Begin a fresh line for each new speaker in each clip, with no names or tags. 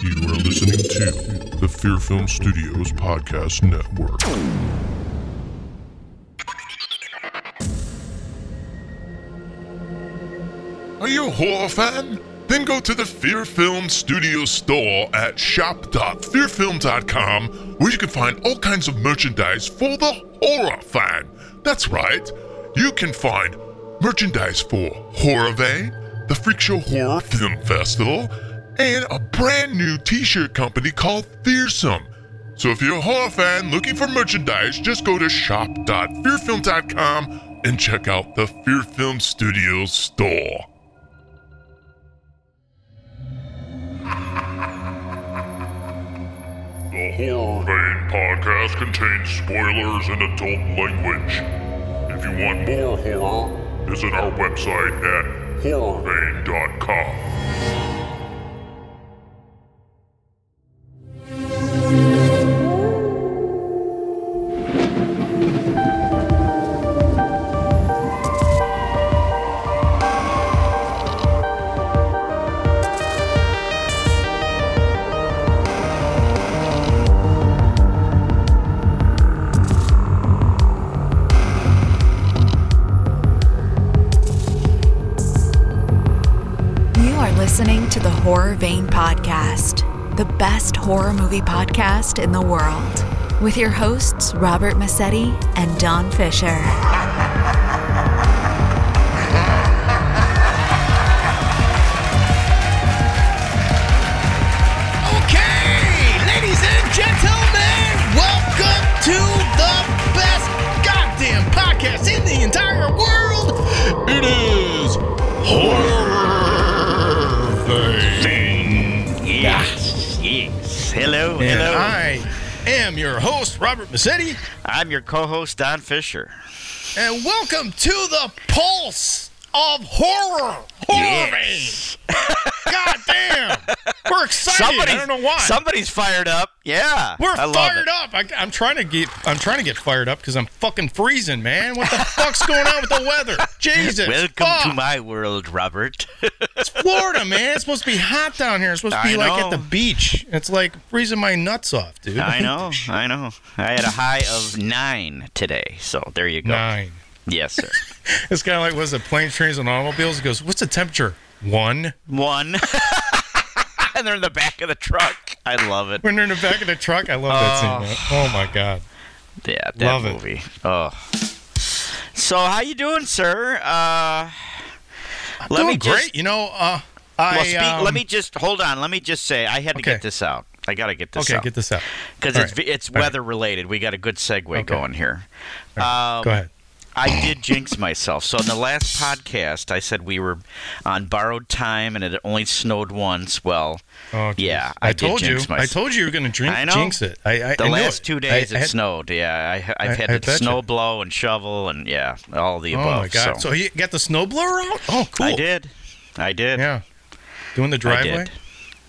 You are listening to the Fear Film Studios Podcast Network. Are you a horror fan? Then go to the Fear Film Studio store at shop.fearfilm.com where you can find all kinds of merchandise for the horror fan. That's right. You can find merchandise for Horrorvane, the Freak Show Horror Film Festival, and a brand new t-shirt company called Fearsome. So if you're a horror fan looking for merchandise, just go to shop.fearfilm.com and check out the Fear Film Studios store. The Horror Vein podcast contains spoilers and adult language. If you want more horror, visit our website at horrorvein.com.
You are listening to the Horror Vein Podcast, the best horror movie podcast in the world, with your hosts, Robert Massetti and Don Fisher.
Okay, ladies and gentlemen, welcome to the best goddamn podcast in the entire world. It is horror.
Yes, yes. Hello,
And
hello.
I am your host, Robert Massetti,
I'm your co-host Don Fisher.
and welcome to the pulse of horror. Horror. God damn. We're excited. I don't know why.
Somebody's fired up. Yeah.
We're
I love
fired
it.
up. I, I'm trying to get. I'm trying to get fired up because I'm fucking freezing, man. What the fuck's going on with the weather? Jesus.
Welcome
fuck.
to my world, Robert.
It's Florida, man. It's supposed to be hot down here. It's supposed to be
I
like at
know.
the beach. It's like freezing my nuts off, dude.
I know, I know. I had a high of nine today, so there you go.
Nine.
Yes, sir.
It's kind of like what's it? Planes, trains, and automobiles. It goes. What's the temperature? One.
One. and they're in the back of the truck. I love it.
When they're in the back of the truck, I love that scene. Man. Oh my god.
Yeah, that
Love it.
movie. Oh. So how you doing, sir? Uh let
Doing
me just-
great. you know. Uh, I.
Well, speak,
um,
let me just hold on. Let me just say I had to
Okay.
get this out. I got to get this
Okay,
out
get this out.
because
all
it's
right,
it's
all right.
weather related. We got a good segue going here. Um,
Go ahead.
I did jinx myself. So in the last podcast, I said we were on borrowed time and it only snowed once. Well,
Oh, geez.
yeah,
I,
I did
told you.
jinx
I
myself.
told you you were going to drink
I know.
jinx it. I, I
the
I knew
last
it.
two days
I- I
it
had-
snowed. Yeah, I, I've
I-
had
I
to
betcha.
snow blow and shovel and yeah, all the
Oh
above.
my god! So,
So,
he got the snowblower out. Oh, cool.
I did. I did.
Yeah, doing the
I
driveway.
did.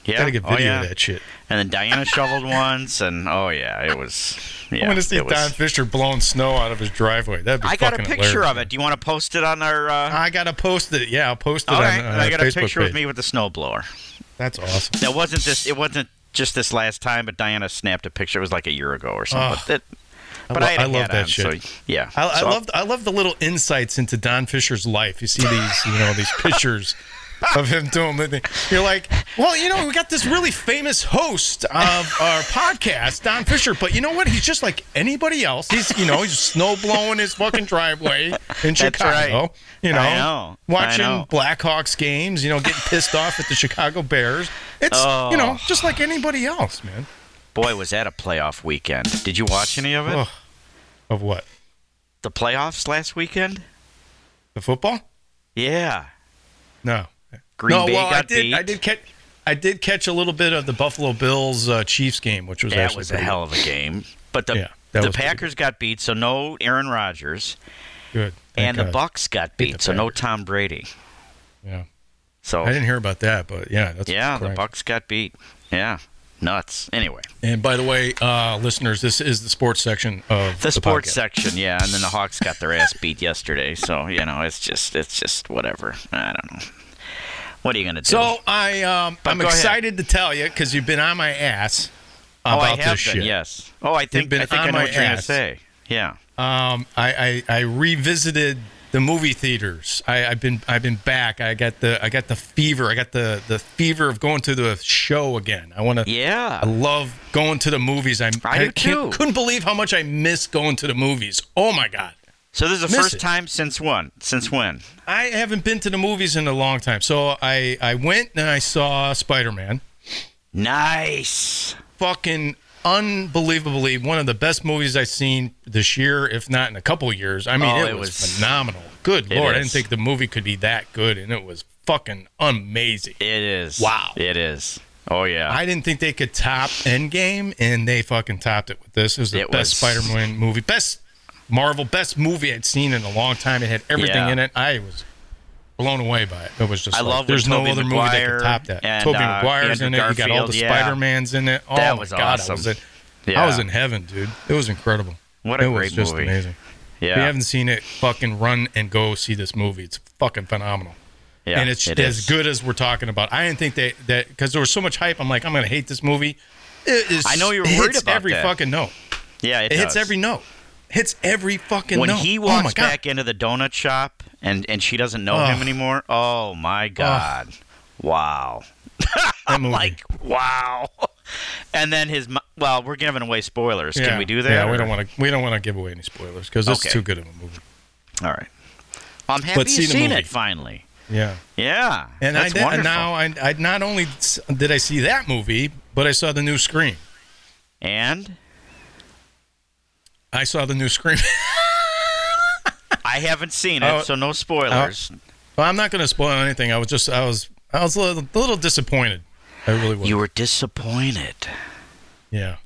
Yeah.
Gotta get
oh,
video
yeah.
of that shit.
And then Diana shoveled once, and oh yeah, it was. Yeah,
I want to see
it was-
Don Fisher blowing snow out of his driveway. That'd be
I got a
fucking
picture
hilarious.
of it. Do you want to post it on our? Uh,
I gotta post it. Yeah, I'll post it
all
on,
right,
on
and I
our
got a
Facebook
picture
page.
with me with the snowblower.
That's awesome.
That wasn't this. It wasn't just this last time, but Diana snapped a picture. It was like a year ago or something.
Ugh.
but that, but
lo-
I, had a
I love
hat
that
on,
shit.
So, yeah,
I, I
so
love I love the little insights into Don Fisher's life. You see these, you know, these pictures of him doing the thing. You're like, well, you know, we got this really famous host of our podcast, Don Fisher, but you know what? He's just like anybody else. He's you know, he's snow blowing his fucking driveway in Chicago.
right.
You know,
I know. I
watching
know.
Blackhawks games, you know, getting pissed off at the Chicago Bears. It's you
Oh.
know, just like anybody else, man.
boy, was that a playoff weekend? Did you watch any of it?
Ugh. Of what?
The playoffs last weekend?
The football?
Yeah,
No.
Green
no,
Bay
well,
got
I did.
beat.
I did catch. I did catch a little bit of the Buffalo Bills uh, Chiefs game, which was
That
actually
was a
pretty
hell of a game. But the
Yeah, that
the
was pretty
Packers got beat, so no Aaron Rodgers,
good.
and
Thank
the
God.
Bucks got
Beat
beat,
the
so no
Packers.
Tom Brady.
Yeah,
So
I didn't hear about that, but yeah, that's
yeah, the
correct.
Bucks got beat. Yeah, nuts. Anyway,
And by the way, uh, listeners, this is the sports section of
the, sports
podcast.
section, yeah, and then the Hawks got their ass beat yesterday. So you know, it's just it's just whatever. I don't know. What are you going to do?
So I, um,
But
I'm
go ahead.
excited to tell you because you've been on my ass
oh,
about
I have
this
been,
shit.
yes. Oh, I think
been
I think I
on
know
my
what you're going to
ass.
say. Yeah.
Um, I, I, I revisited the movie theaters. I, I've been I've been back. I got the I got the fever. I got the the fever of going to the show again. I want to.
Yeah.
I love going to the movies. I'm,
I do
can't-
too.
Couldn't believe how much I miss going to the movies. Oh my god.
So this is the
Miss
first
it.
time since when? Since when?
I haven't been to the movies in a long time. So I, I went and I saw Spider Man.
Nice.
Fucking unbelievably one of the best movies I've seen this year, if not in a couple of years. I mean,
Oh,
it,
it
was,
was-
phenomenal. Good
it
lord, I didn't
is.
think the movie could be that good, and it was fucking amazing.
It is.
Wow.
It is. Oh yeah.
I didn't think they could top Endgame, and they fucking topped it with this. It was the
It
best
was-
Spider-Man movie, best Marvel, best movie I'd seen in a long time. It had everything
Yeah.
in it. I was blown away by it. It was just
I
like,
love when
there's no
Tobey
other movie that
Maguire
could top that.
and,
Toby
uh,
McGuire's in it.
Andrew
you got all the
Garfield, yeah.
Spider-Mans in it. Oh
That
my
was
God, I
awesome.
was, in, I
Yeah.
was in heaven, dude. It was incredible.
What a
it was
great
just
movie.
amazing. If
yeah.
you haven't seen it, fucking run and go see this movie. It's fucking phenomenal
yeah.
and it's
it
as
is.
good as we're talking about. I didn't think that that because there was so much hype. I'm like, I'm gonna hate this movie. It is,
I know you were
it
worried
hits
about
every
that.
fucking note.
Yeah. It,
It, hits
does.
every note. Hits every fucking
When
note.
he
oh
walks
my God.
back into the donut shop and and she doesn't know
Ugh.
him anymore. Oh my god. Wow.
that movie.
Like wow. And then his mo- well, we're giving away spoilers.
Yeah.
Can we do that?
Yeah,
or-
we don't want to. We don't want to give away any spoilers because it's
Okay.
too good of a movie.
All right. I'm happy
see
you've
the
seen
movie.
it finally.
Yeah,
Yeah.
and
that's
I did, and
wonderful.
now I, I not only s- did I see that movie, but I saw the new Scream.
and
I saw the new Scream.
I haven't seen it,
Oh.
so no spoilers.
well, I'm not going to spoil anything. I was just I was I was a little, a little disappointed. I really was.
you were disappointed.
yeah.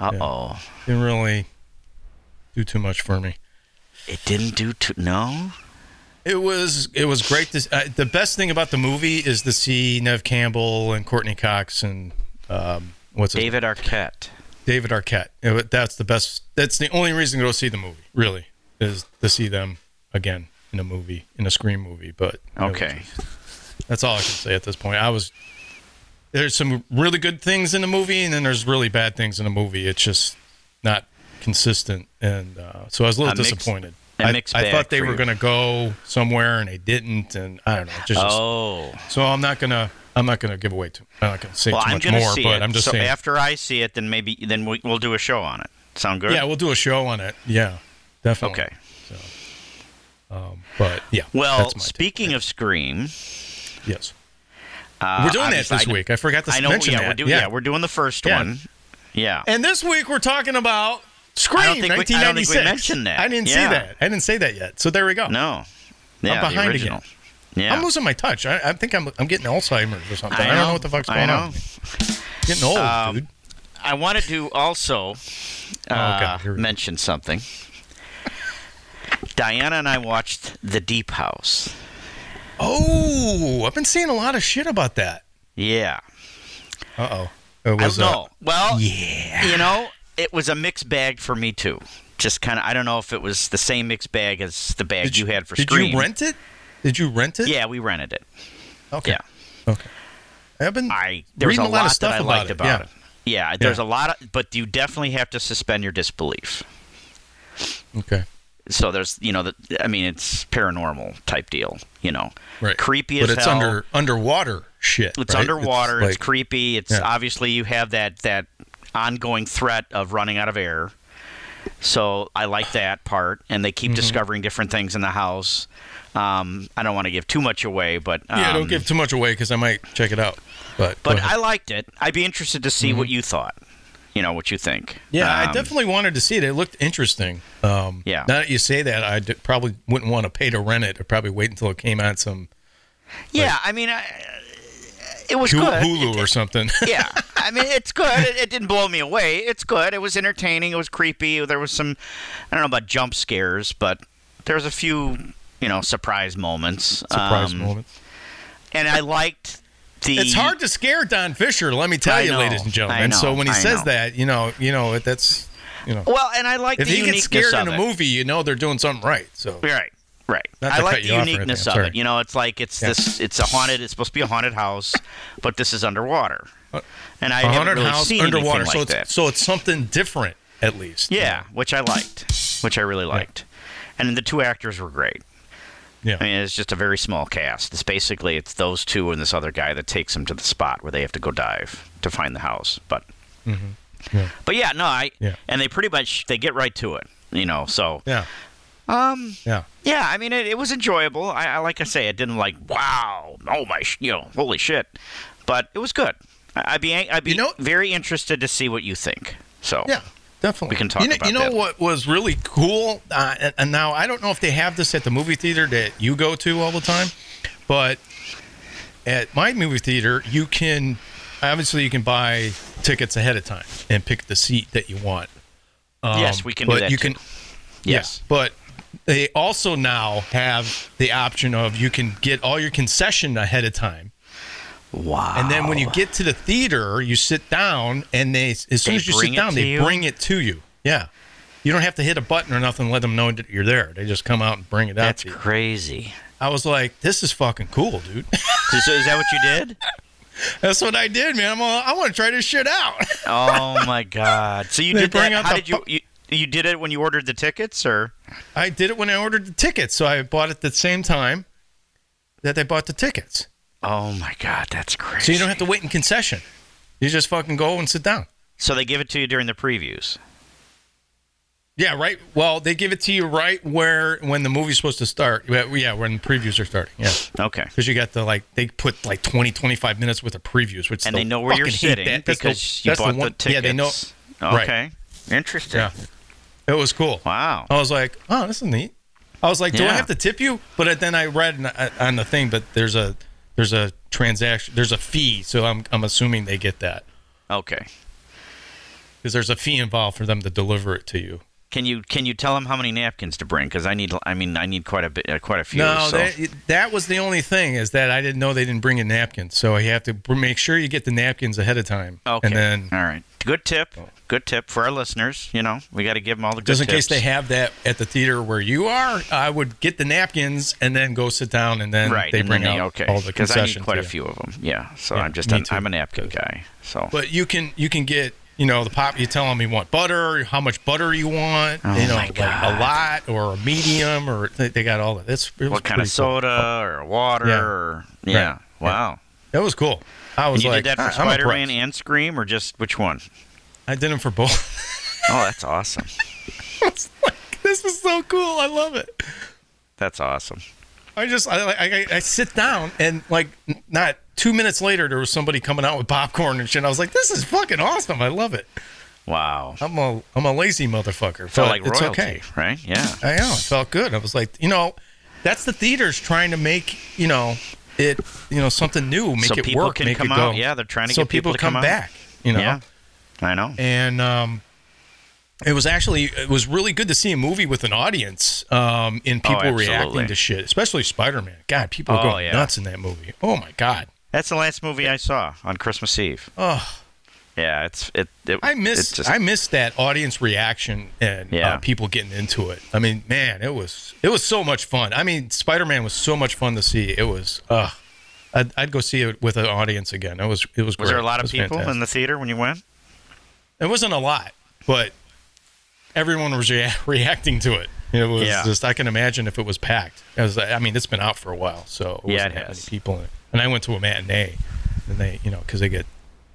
Uh oh.
didn't really do too much for me.
It didn't do too. No.
It was it was great. To, uh, the best thing about the movie is to see Nev Campbell and Courtney Cox and um, what's his
David Arquette.
David Arquette. It wa- that's the best. That's the only reason to go see the movie. Really, is to see them again in a movie in a Scream movie. But it was
Okay.
That's all I can say at this point. I was there's some really good things in the movie, and then there's really bad things in the movie. It's just not consistent, and uh, so I was a little
A mixed-
disappointed.
a
I-
mixed
I,
bag
thought they
for
were
you.
going to go somewhere, and they didn't, and I don't know. Just,
Oh.
so I'm not gonna I'm not gonna give away too. I'm not gonna say
Well,
too
I'm
much
gonna
more,
see
but
it.
I'm just
so
saying.
after I see it, then maybe then we, we'll do a show on it. Sound good?
yeah, we'll do a show on it. Yeah, definitely. um,
Okay.
but yeah.
Well,
that's my take.
speaking of Scream,
yes,
uh,
we're doing that
obviously
this
I-
week. I forgot to
I know.
mention
yeah,
that.
we're doing. Yeah. we're doing the first
Yeah.
one. Yeah.
And this week we're talking about Scream
I don't think we- I don't think
1996.
we mentioned that.
I didn't
Yeah.
see that. I didn't say that yet. So there we go.
no. Yeah. the
behind again.
original. Yeah.
I'm losing my touch. I, I think I'm, I'm getting Alzheimer's or something. I, don't know what the fuck's
I
going
know.
on. Getting old,
Um,
dude.
I wanted to also uh,
God, Oh, here we go.
mention something. Diana and I watched The Deep House.
Oh, I've been seeing a lot of shit about that.
Yeah.
Uh oh. It
I
was
don't know.
uh,
well, yeah. you know, it was a mixed bag for me too. Just kind of, I don't know if it was the same mixed bag as the bag
did
you, had for
Did
Scream.
you rent it? Did you rent it?
Yeah, we rented it.
Okay.
Yeah.
Okay. I've been
I there was
reading a
a
lot
lot
of stuff
that I
about
liked
it,
about
yeah.
it. Yeah, there's
Yeah.
a lot of, but you definitely have to suspend your disbelief.
okay.
So there's, you know, the, I mean, it's paranormal type deal. You know,
Right.
creepy
but
as
it's
hell.
under underwater shit.
It's
right?
underwater. It's,
like-
creepy. It's
Yeah.
obviously you have that that ongoing threat of running out of air. So I like that part, and they keep
Mm-hmm.
discovering different things in the house. Um, I don't want to give too much away, but um,
Yeah, don't give too much away because I might check it out. But go
But
ahead. Mm-hmm.
I liked it. I'd be interested to see what you thought. You know what you think.
Yeah, I
Um,
definitely wanted to see it. It looked interesting. Um,
Yeah.
Now that you say that, I d- probably wouldn't want to pay to rent it. I'd probably wait until it came on some
Yeah, I mean, I, it was
Hu-
good.
Hulu or something.
yeah, I mean it's good. It, it didn't blow me away. It's good. It was entertaining. It was creepy. There was some, I don't know about jump scares, but there was a few, you know, surprise moments.
Surprise
Um,
moments.
And I liked the.
It's hard to scare Don Fisher. Let me tell
I
you,
know,
ladies and gentlemen.
I
And so
know,
when he
I
says
know.
that, you know, you know that's you know,
Well, and I liked
if
the
he gets
uniqueness
scared in
of
a
it.
movie, you know they're doing something right. So
Right. Right.
Not
I
to
like
cut
the
you off or
uniqueness
anything,
of
sorry.
it. You know, it's like it's
Yeah.
this it's a haunted it's supposed to be a haunted house, but this is underwater. And I
Uh, A
haven't
haunted
really
house
seen
underwater,
anything like
so it's
that.
so it's something different at least.
yeah, which I liked. Which I really liked. And the two actors were great.
yeah.
I mean, it's just a very small cast. It's basically it's those two and this other guy that takes them to the spot where they have to go dive to find the house. But,
Yeah.
but yeah, no, I
Mm-hmm. Yeah.
and they pretty much they get right to it, you know. So
yeah,
um,
yeah.
yeah, I mean, it, it was enjoyable. I, I like I say, I didn't like wow, oh my, sh-, you know, holy shit, but it was good. I, I'd be ang- I'd be
You know-
very interested to see what you think. So
Yeah, definitely.
We can talk
you know,
about
You know
that.
what was really cool? Uh, and, and now I don't know if they have this at the movie theater that you go to all the time, but at my movie theater, you can obviously you can buy tickets ahead of time and pick the seat that you want. Um,
Yes, we can do
But
that
you
too.
can
yes,
yeah, but they also now have the option of you can get all your concession ahead of time.
wow.
And then when you get to the theater, you sit down, and they as soon
They
as you sit
bring it
down,
to
they
you?
bring it to you. Yeah, you don't have to hit a button or nothing. Let them know that you're there. They just come out and bring it out
that's
to you.
crazy.
I was like, this is fucking cool, dude.
So, so is that what you did?
that's what I did, man. I'm all, I want to try this shit out.
Oh my god! So you
They
did
bring
that?
out
How
the
did you, you you did it when you ordered the tickets, or
I did it when I ordered the tickets, so I bought it the same time that they bought the tickets.
oh my god, that's crazy.
So you don't have to wait in concession. You just fucking go and sit down.
So they give it to you during the previews.
Yeah, right. Well, they give it to you right where when the movie's supposed to start. Yeah, Yeah, when the previews are starting. Yeah.
Okay.
because you got the like they put like 20 25 minutes worth of previews which
And
they'll
they know where you're
fucking hate
sitting
that. That's the-
because you
that's
bought the,
one-
tickets.
yeah they know right.
Okay. Interesting.
yeah it was cool
Wow.
i was like oh this is neat i was like do i
Yeah.
have to tip you but then i read on- on the thing but there's a there's a transaction there's a fee so i'm, I'm assuming they get that
Okay.
because there's a fee involved for them to deliver it to you
Can you can you tell them how many napkins to bring? Because I need I mean I need quite a bit uh, quite a few.
No,
so.
that, that was the only thing is that I didn't know they didn't bring a napkin. So you have to br- make sure you get the napkins ahead of time.
okay.
And then Oh.
all right. Good tip. Good tip for our listeners. You know we got to give them all the good
Just in case
tips.
they have that at the theater where you are, I would get the napkins and then go sit down, and then
right.
they
and
bring
then
out
okay.
all the
Because I need
concessions.
quite
to
a
you.
few of them. Yeah. So
Yeah,
I'm just
me
an,
too.
I'm a napkin guy. So
But you can you can get you know the pop. You tell them you want butter, how much butter you want,
Oh
you know,
my
like a lot or a medium, or they, they got all that. That's it was
what kind of
pretty cool.
soda or water?
Yeah.
Or,
Right.
yeah.
Yeah.
Wow.
That was cool. I was
And you
like,
did that
"Ah,
for
I'm
Spider-Man
impressed."
and Scream, or just which one?
I did them for both.
Oh, that's awesome.
I was like, this is so cool. I love it.
That's awesome.
I just I, I I- I sit down and like n- not two minutes later there was somebody coming out with popcorn and shit. I was like, this is fucking awesome. I love it.
Wow.
I'm a I'm a lazy motherfucker.
Felt
but
like
it's
royalty,
okay.
right? Yeah.
I know. It felt good. I was like, you know, that's the theaters trying to make you know it you know something new, make
So
it
people
work,
can
make
come
it go.
out. Yeah, they're trying to
so
get people to
come,
come out.
back. You know,
Yeah. I know.
and um, it was actually it was really good to see a movie with an audience um, and people
Oh, absolutely.
reacting to shit, especially Spider Man. God, people were
Oh,
going
yeah.
nuts in that movie. Oh my god.
That's the last movie I saw on Christmas Eve.
Oh,
Yeah, it's it. it
I miss
it's just-
I miss that audience reaction and
Yeah.
uh, people getting into it. I mean, man, it was it was so much fun. I mean, Spider Man was so much fun to see. It was uh, I'd, I'd go see it with an audience again. It was it was. Great.
was there a lot
It
of
was
people
fantastic.
in the theater when you went?
It wasn't a lot, but everyone was rea- reacting to it. It was
Yeah.
just I can imagine if it was packed. It was, I mean, it's been out for a while, so it
Yeah,
wasn't
it
that
has.
many people in it. And I went to a matinee, and they, you know, because they get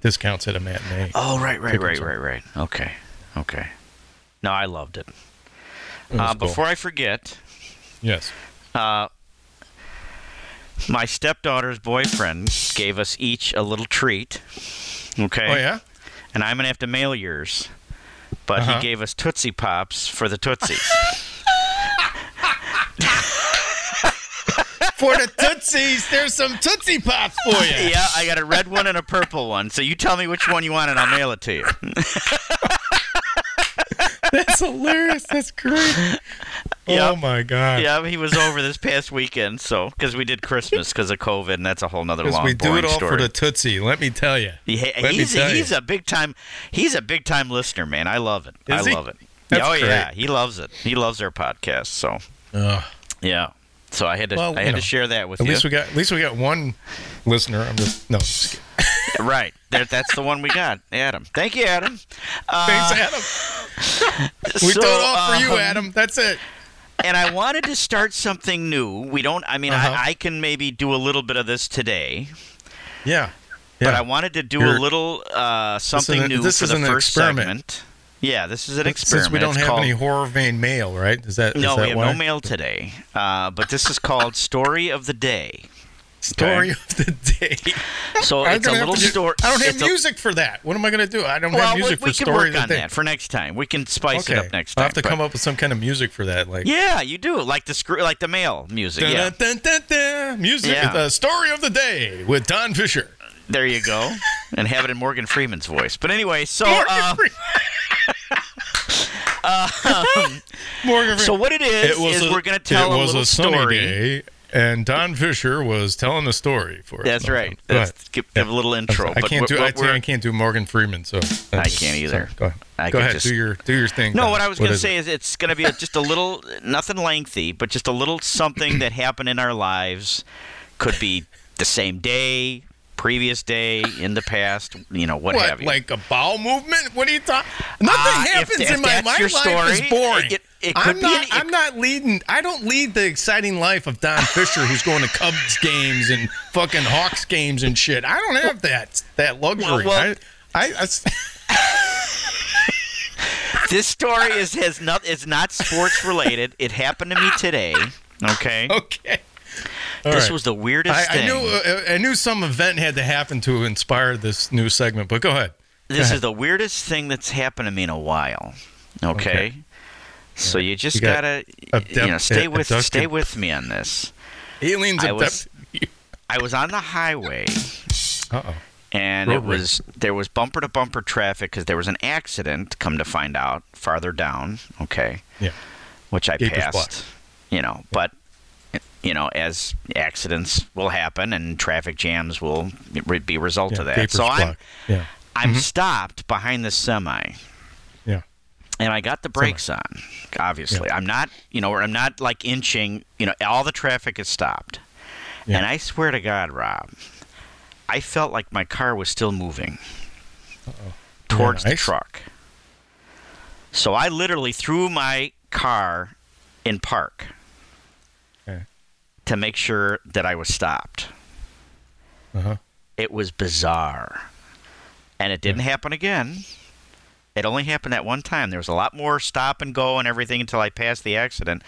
discounts at a matinee.
Oh, right, right, right,
Tickets
right,
are-
right. Okay, okay. No, I loved it.
It was
Uh,
cool.
Before I forget,
yes,
my stepdaughter's boyfriend gave us each a little treat. Okay.
oh yeah,
And I'm gonna have to mail yours, but
Uh-huh.
he gave us Tootsie Pops for the Tootsies.
for the tootsies, there's some tootsie pops for you.
yeah, I got a red one and a purple one. So you tell me which one you want, and I'll mail it to you.
That's hilarious. That's great. Oh
Yep.
my god.
Yeah, he was over this past weekend, so because we did Christmas because of COVID, and that's a whole nother
'Cause
long
we do it
boring
all
story.
for the tootsie. Let me tell you.
Yeah,
Let me
he's
tell
he's
you.
a big time he's a big time listener, man. I love it.
Is
I
he?
love it.
That's
oh
great.
yeah, he loves it. He loves our podcast. So
Ugh.
yeah, So I had to
Well,
I
you
had
know,
to share that with
At
you.
least we got at least we got one listener. I'm just no. just kidding.
right. That, that's the one we got, Adam. Thank you, Adam.
Thanks, Adam. We
so,
throw it off for you,
um,
Adam. That's it.
and I wanted to start something new. We don't. I mean,
Uh-huh.
I, I can maybe do a little bit of this today,
Yeah.
but
Yeah.
I wanted to do
You're-
a little uh, something
an-
new
this
for
is
the
an
first
experiment.
segment. Yeah, this is an experiment.
Since we don't
It's
have
called,
any horror vein mail, right? Is that is
no,
that
we have
why?
no mail today. Uh, but this is called story of the day.
Story of the day.
So
I'm
it's a
gonna have
little
to do-
story.
I don't have
it's a-
music for that. What am I going to do? I don't
well,
have
we,
music
we
for
can
story
work
of the
on
day.
that for next time. We can spice
okay.
it up next time.
I'll have to
but-
come up with some kind of music for that, like
Yeah, you do like the screw, like the mail music.
Dun,
yeah,
dun, dun, dun, dun. music.
Yeah.
The story of the day with Don Fisher.
there you go, and have it in Morgan Freeman's voice. But anyway, so uh,
Morgan Freeman. Morgan
so
Freeman.
what it is is
a-
we're going to tell
it
a
was
little
a sunny
story.
day, and Don Fisher was telling a story for us.
That's
No,
right.
go
That's
ahead.
give, give a little intro.
I
but
can't
what-
do.
what
I,
we're-
I can't do Morgan Freeman. So
I can't either.
Go ahead.
I
Go
could
ahead.
just-
do your do your thing.
No,
Don.
what I was going to
is
say
it?
is it's going to be a, just a little, nothing lengthy, but just a little something that happened in our lives. Could be the same day, previous day, in the past, you know, what,
What,
have you.
like a bowel movement? What are you talking? Nothing
Ah, if-
happens
if
in my
that's
my
your
life. is
story,
boring.
it- it could
I'm
be
not.
any-
I'm not leading. I don't lead the exciting life of Don Fisher, who's going to Cubs games and fucking Hawks games and shit. I don't have that that luxury.
well-
I, I, I s-
this story is has not is not sports related. It happened to me today. Okay,
okay. All
this
right.
was the weirdest
I,
thing.
I knew. uh, I knew some event had to happen to inspire this new segment. But go ahead.
this is the weirdest thing that's happened to me in a while. Okay,
Okay.
so you just
You got
gotta
abduct-
you know stay with
abducted.
stay with me on this.
Aliens.
I was-
abducted
I was on the highway
you. Uh oh.
and
Road
it was there was bumper to bumper traffic because there was an accident. Come to find out, farther down. Okay,
Yeah.
which I
Gate was blocked.
passed. You know, but you know, as accidents will happen and traffic jams will re- be a result
Yeah.
of that.
Vapor
So I'm
block. Mm-hmm. Yeah.
I'm stopped behind the semi.
Yeah.
and I got the brakes on. Obviously, I'm not, you know, or I'm not like inching. You know, all the traffic is stopped,
Yeah.
and I swear to God, Rob, I felt like my car was still moving towards the
nice.
truck. So I literally threw my car in park
Okay.
to make sure that I was stopped.
Uh huh.
It was bizarre, and it didn't happen again. It only happened that one time. There was a lot more stop and go and everything until I passed the accident.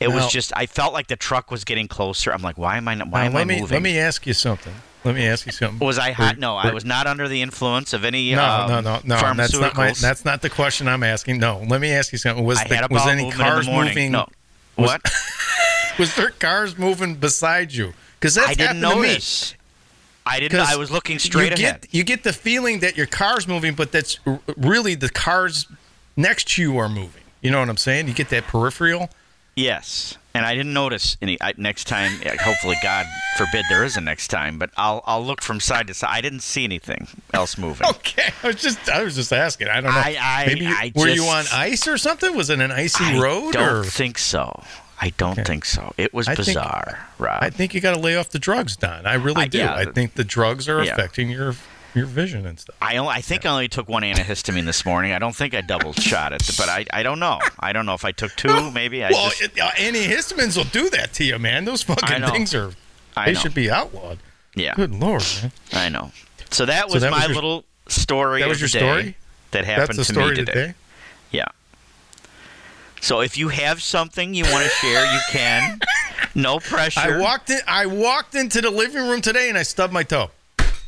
It
Now-
was just I felt like the truck was getting closer. I'm like, why am I not? Why
Now,
am
let
I
me,
moving?
Let me ask you something. Let me ask you something.
was I hot? No, I
were-
was not under the influence of any.
No,
um,
no, no, no. That's not my.
pharmaceuticals.
That's not the question I'm asking. No, let me ask you something. Was
I
the,
had a
was
bowel
any
movement in
cars
the morning.
moving?
No.
was-
What?
Was there cars moving beside you? Because that's
I didn't
happened to me.
notice. I didn't.
'Cause
I was looking straight
you
ahead.
Get, you get the feeling that your car's moving, but that's r- really the cars next to you are moving. You know what I'm saying? You get that peripheral.
Yes, and I didn't notice any. I, next time, yeah, hopefully, God forbid there is a next time, but I'll I'll look from side to side. I didn't see anything else moving.
Okay, I was just I was just asking. I don't know.
I- I-
Maybe you,
I
were you on
just-
ice or something? Was it an icy
I
road?
don't
or?
think so. I don't think so. It was
I think-
bizarre, Rob.
I think you got to lay off the drugs, Don. I really
I-
do.
yeah.
I think the drugs are
Yeah.
affecting your your vision and stuff.
I, only, I think I only took one antihistamine this morning. I don't think I double shot it, but I, I don't know. I don't know if I took two, maybe. I
well,
just,
it, uh, antihistamines will do that to you, man. Those
I
fucking
know.
things are
I
they
know.
should be outlawed.
yeah,
Good lord, man.
I know. So that
So
was
that was
my
your-
little story.
that
of
was your
the day
story?
That
That's
happened
the
to
story
me today.
today.
Yeah. So if you have something you want to share, you can. No pressure.
I walked in. I walked into the living room today and I stubbed my toe.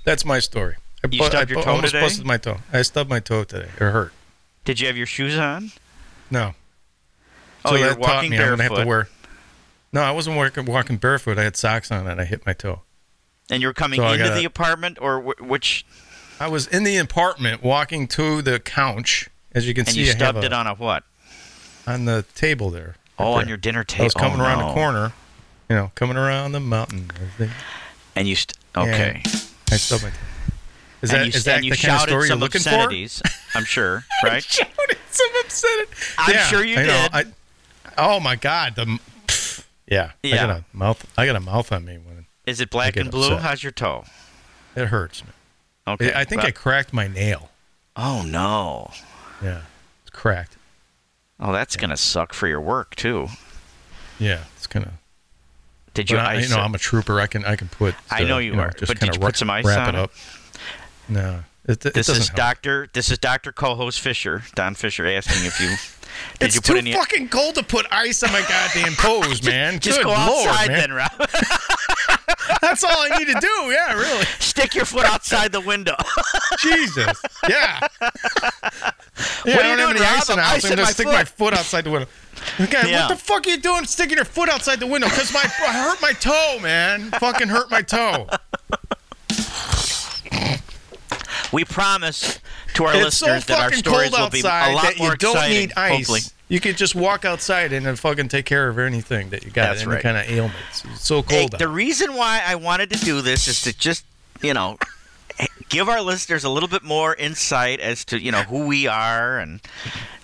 That's my story. I
You
bu- I
stubbed your
bu-
toe
almost
today?
busted my toe. I stubbed my toe today. It hurt.
Did you have your shoes on?
No.
Oh,
so
you're
that taught
walking
me I'm gonna have to
barefoot.
wear. No, I wasn't walking, walking barefoot. I had socks on and I hit my toe.
And you're coming
So I
into
gotta-
the apartment, or wh- which?
I was in the apartment walking to the couch. As you can
And
see,
you
I have
stubbed
a-
it on a what?
on the table there.
Oh,
Right
on
there.
your dinner table.
I was coming
oh,
around
no.
the corner, you know, coming around the mountain. I think.
And you. St- okay.
I stubbed my. Is
and
that
you,
is that
and you
the kind
shouted
of story you're
some
looking
obscenities. I'm sure,
for?
right?
shouted some obscenity.
I'm sure you
I know,
did.
I- oh my God! The, pff, Yeah.
Yeah.
I got a mouth. I got a mouth on me when
Is it black
get
and blue?
upset.
How's your toe?
it hurts. man.
Okay.
I think I cracked my nail.
Oh no.
Yeah, it's cracked.
Oh, that's gonna suck for your work too.
Yeah, it's kind of.
Did you
But I,
ice?
you know,
it?
I'm a trooper. I can I can put. uh,
I know you are,
Just
but did
kinda
you put some ice
wrap
on
it
it?
up. No, it, it
this
doesn't
is
help.
Doctor. This is Doctor Co-host Fisher, Don Fisher, asking if you did
it's
you put
too
any.
fucking cold to put ice on my goddamn toes, man.
just
Good
go
Lord,
outside
man.
then, Rob.
That's all I need to do. Yeah, really.
Stick your foot outside the window.
Jesus. Yeah. yeah
you
I don't have
doing,
any
Rob?
ice in the
I'm
house. I'm
icing
gonna
my
stick
foot.
my foot outside the window. Okay,
Yeah.
what the fuck are you doing sticking your foot outside the window? Because my I hurt my toe, man. Fucking hurt my toe.
we promise to our
it's so
listeners that our
fucking cold
stories will be a
outside
lot
that
more
you don't
exciting.
need ice.
Hopefully,
You could just walk outside and then fucking take care of anything that you got,
That's
any
right.
kind of ailments. It's so
Hey,
cold.
the
out.
reason why I wanted to do this is to just you know give our listeners a little bit more insight as to you know who we are and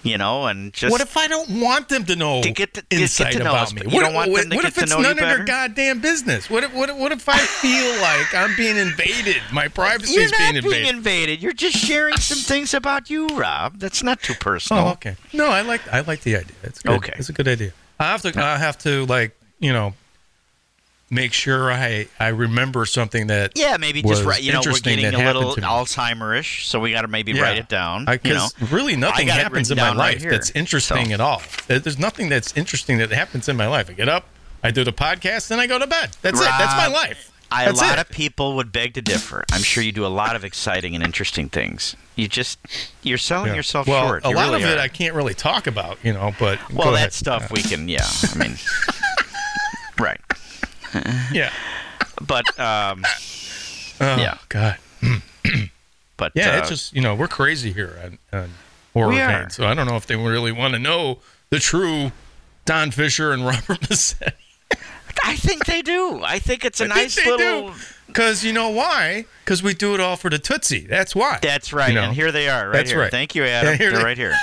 you know and just
What if I don't want them to know
To get to- get to
insight
know
about
us,
me?
but you
What,
don't want
what-
them to
what
get
if
to
it's
know you
none of
better?
their goddamn business? What if what, what if I feel like I'm being invaded? My privacy
You're
is
not
being
being
invaded.
invaded. You're just sharing some things about you, Rob. That's not too personal.
Oh, okay. No, I like I like the idea. It's good.
Okay.
it's a good idea. I have to I have to like you know make sure I I remember something that
Yeah, maybe
was
just right. You know, we're
interesting
getting
that
a
happened
little
to me.
Alzheimer-ish, so we got to maybe write it down.
I, 'cause
you know,
really nothing
got it
happens in my
written down right
life
here,
that's interesting
so.
at all. There- There's nothing that's interesting that happens in my life. I get up, I do the podcast, then I go to bed. That's it. That's my
Rob,
life.
I- a
That's
lot
it.
of people would beg to differ. I'm sure you do a lot of exciting and interesting things. You just you're selling
Yeah.
yourself
well,
short.
a
You
lot
really
of it
are.
I can't really talk about, you know. But
well,
go
that
ahead.
stuff we can. Yeah, I mean, right.
Yeah.
But um,
Oh,
Yeah.
God.
but
Yeah,
uh,
it's just you know we're crazy here on, on horror
We
Fan,
are.
so I don't know if they really want to know the true Don Fisher and Robert Massetti.
I think they do. I think it's a nice little.
because you know why? Because we do it all for the Tootsie. That's why.
That's right.
You know?
And here they are, right
That's
here.
right.
Thank you, Adam.
And here
They're
they-
right here.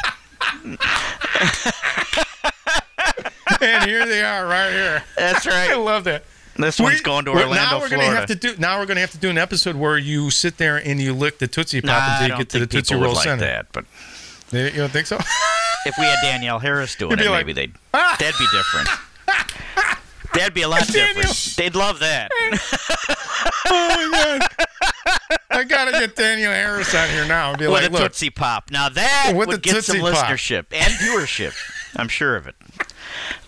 and here they are, right here.
That's
I
right.
love that.
This
We-
one's going to
we're-
Orlando,
now we're
Florida.
gonna have to do. Now we're gonna have to do an episode where you sit there and you lick the Tootsie Pop
Nah, I
until you
don't
get to the
think
Tootsie
people would
Roll
like
Center.
that, but
You don't think so?
if we had Danielle Harris doing
be
it,
like, "Ah!"
maybe they'd that'd be different. that'd be a lot different. They'd love that.
oh my god! I gotta get Daniel Harris on here now and be
With
like,
a
look,
Tootsie Pop. Now that
With
would
a
get some
Tootsie Pop.
listenership and viewership. I'm sure of it.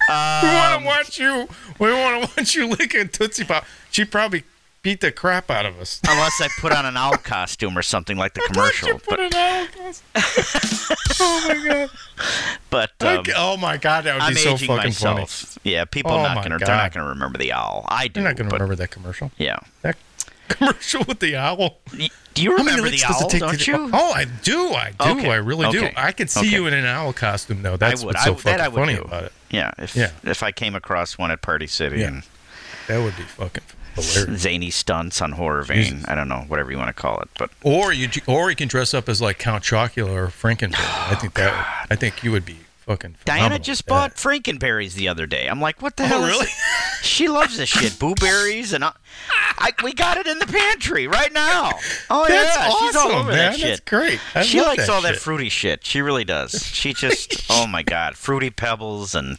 We want to watch you. We want to watch you lick a Tootsie Pop. She probably beat the crap out of us.
Unless I put on an owl costume or something like the commercial.
Put
But
it out. oh my god!
but
I
um,
ca- oh my god, that would
I'm
be so
aging
fucking
myself.
funny.
Yeah, people
Oh
not
my
gonna
God.
they're not gonna remember the owl. I do.
You're not gonna
but-
remember that commercial.
Yeah.
That commercial with the owl.
Y- Do you
How many
remember the
licks does it
owl?
take to do-
Don't you?
Oh, I do. I do.
Okay,
I really do.
okay,
I could see
okay.
you in an owl costume though. That's
I would.
what's
I
so
would-
fucking
that I would
funny
do.
about it.
Yeah, if
Yeah.
if I came across one at Party City
Yeah.
and
That would be fucking hilarious.
zany stunts on Horror Vein,
Jesus.
I don't know, whatever you want to call it, but
Or you, or you can dress up as like Count Chocula or Frankenberry. I think that. Would, I think you would be fucking.
Diana
phenomenal
just
at that.
bought Frankenberries the other day. I'm like, what the
Oh,
hell? is
really?
it? she loves this shit. Blueberries and I, I, we got it in the pantry right now. Oh
That's
yeah,
awesome,
she's all over
man.
that
That's
shit.
great. I
she
love
likes
that
all
shit.
that fruity shit. She really does. She just, oh my god, fruity pebbles and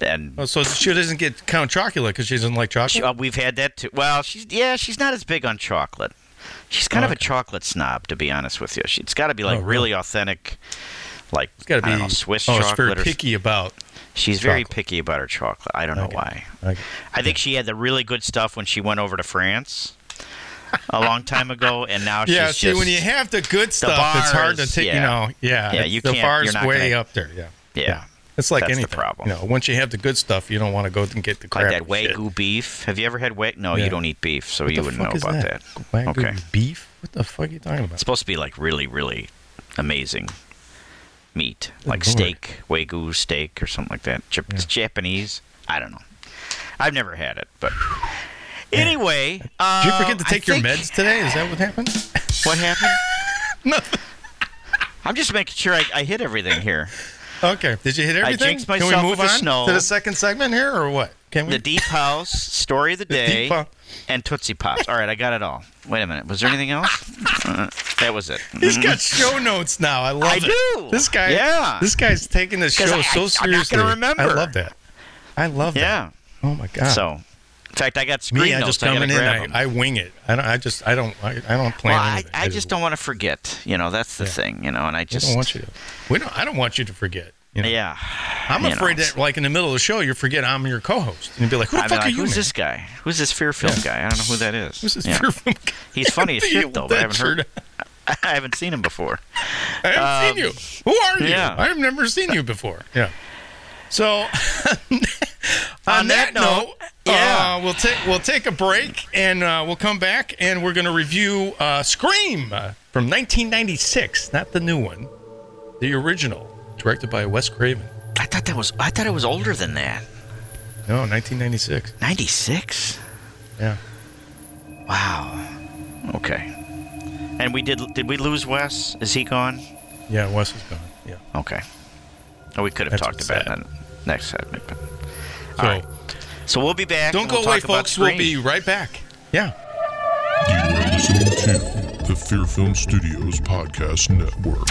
and
Oh, so she doesn't get Count Chocula because she doesn't like chocolate.
uh, we've had that too. Well, she's yeah, she's not as big on chocolate. She's kind of a chocolate snob, to be honest with you. She, it's got to be like
Oh, really?
really authentic, like
it's got to be
I don't know, Swiss
oh, it's very
chocolate. or,
picky about.
she's very
chocolate.
picky about her chocolate. I don't know
Okay.
why.
Okay.
I think she had the really good stuff when she went over to France a long time ago, and now she's
Yeah, see,
just
when you have the good stuff, it's hard to
bars,
take. You
yeah.
know, yeah,
Yeah,
it's-
you
the
can't-
bar's
you're not
way
gonna-
up there. Yeah,
yeah.
it's like
That's the
anything.
problem.
You know, once you have the good stuff, you don't want to go and get the crap.
Like that
shit.
Wagyu beef. Have you ever had Wagyu? No,
Yeah.
you don't eat beef, so
What
you
the
wouldn't know
fuck is
about that.
Wagyu
Okay.
beef. What the fuck are you talking
It's
about?
supposed to be like really, really amazing meat, like
lord.
steak, Wagyu steak or something like that. Jap- It's Japanese. I don't know. I've never had it, but anyway. Um,
Did you forget to
I
take your
think-
meds today? Is that what happened?
What happened?
no.
I'm just making sure I, I hit everything here.
Okay. Did you hit everything?
jinxed
Can we
myself
move
with the
on
snow.
to the second segment here, or what? Can we?
The Deep House, Story of the Day,
Deep House.
and Tootsie Pops. All right, I got it all. Wait a minute. Was there anything else? Uh, that was it.
He's got show notes now. I love
Mm-hmm. I
it.
do.
This guy.
Yeah.
This guy's taking this
'Cause
show
I-
so
I- I'm not
seriously.
gonna remember.
I love that. I love
Yeah.
that. Oh my god.
So, in fact, I got screen
me, I
notes.
just
I
come
gotta
in and
grab
I,
them.
I wing it. I don't. I just. I don't. I, I don't plan.
well, I,
anything.
I just don't want to forget. You know, that's the thing. You know, and I
I
just
don't want you to. We don't. I don't want you to forget. You know?
Yeah.
I'm
you know.
afraid that, like in the middle of the show, you forget I'm your co-host, and you'd be like, "Who the
I'd be
fuck
like,
are you,
who's
man?
this guy? Who's this fear film guy? I don't know who that is.
Who's this
Yeah.
fearful guy?"
He's funny as
With
shit though, but
that
I haven't heard.
shirt
I haven't seen him before.
I haven't seen you. Who are you?
Um, yeah.
I've never seen you before. Yeah. So, on, that,
that
note,
note, yeah.
uh, we'll take we'll take a break and uh, we'll come back and we're going to review uh, Scream uh, from 1996, not the new one, the original, directed by Wes Craven.
I thought that was. I thought it was older than that.
No, 1996.
Ninety six.
Yeah.
Wow. Okay. And we did. Did we lose Wes? Is he gone?
Yeah, Wes is gone. Yeah.
Okay. Oh, we could have
That's
talked
what's
about
sad.
that next segment. but-
So,
right. So we'll be back.
don't
and
go
we'll
away,
talk about
folks. We'll
Scream.
be right back. Yeah.
You are listening to the Fear Film Studios Podcast Network.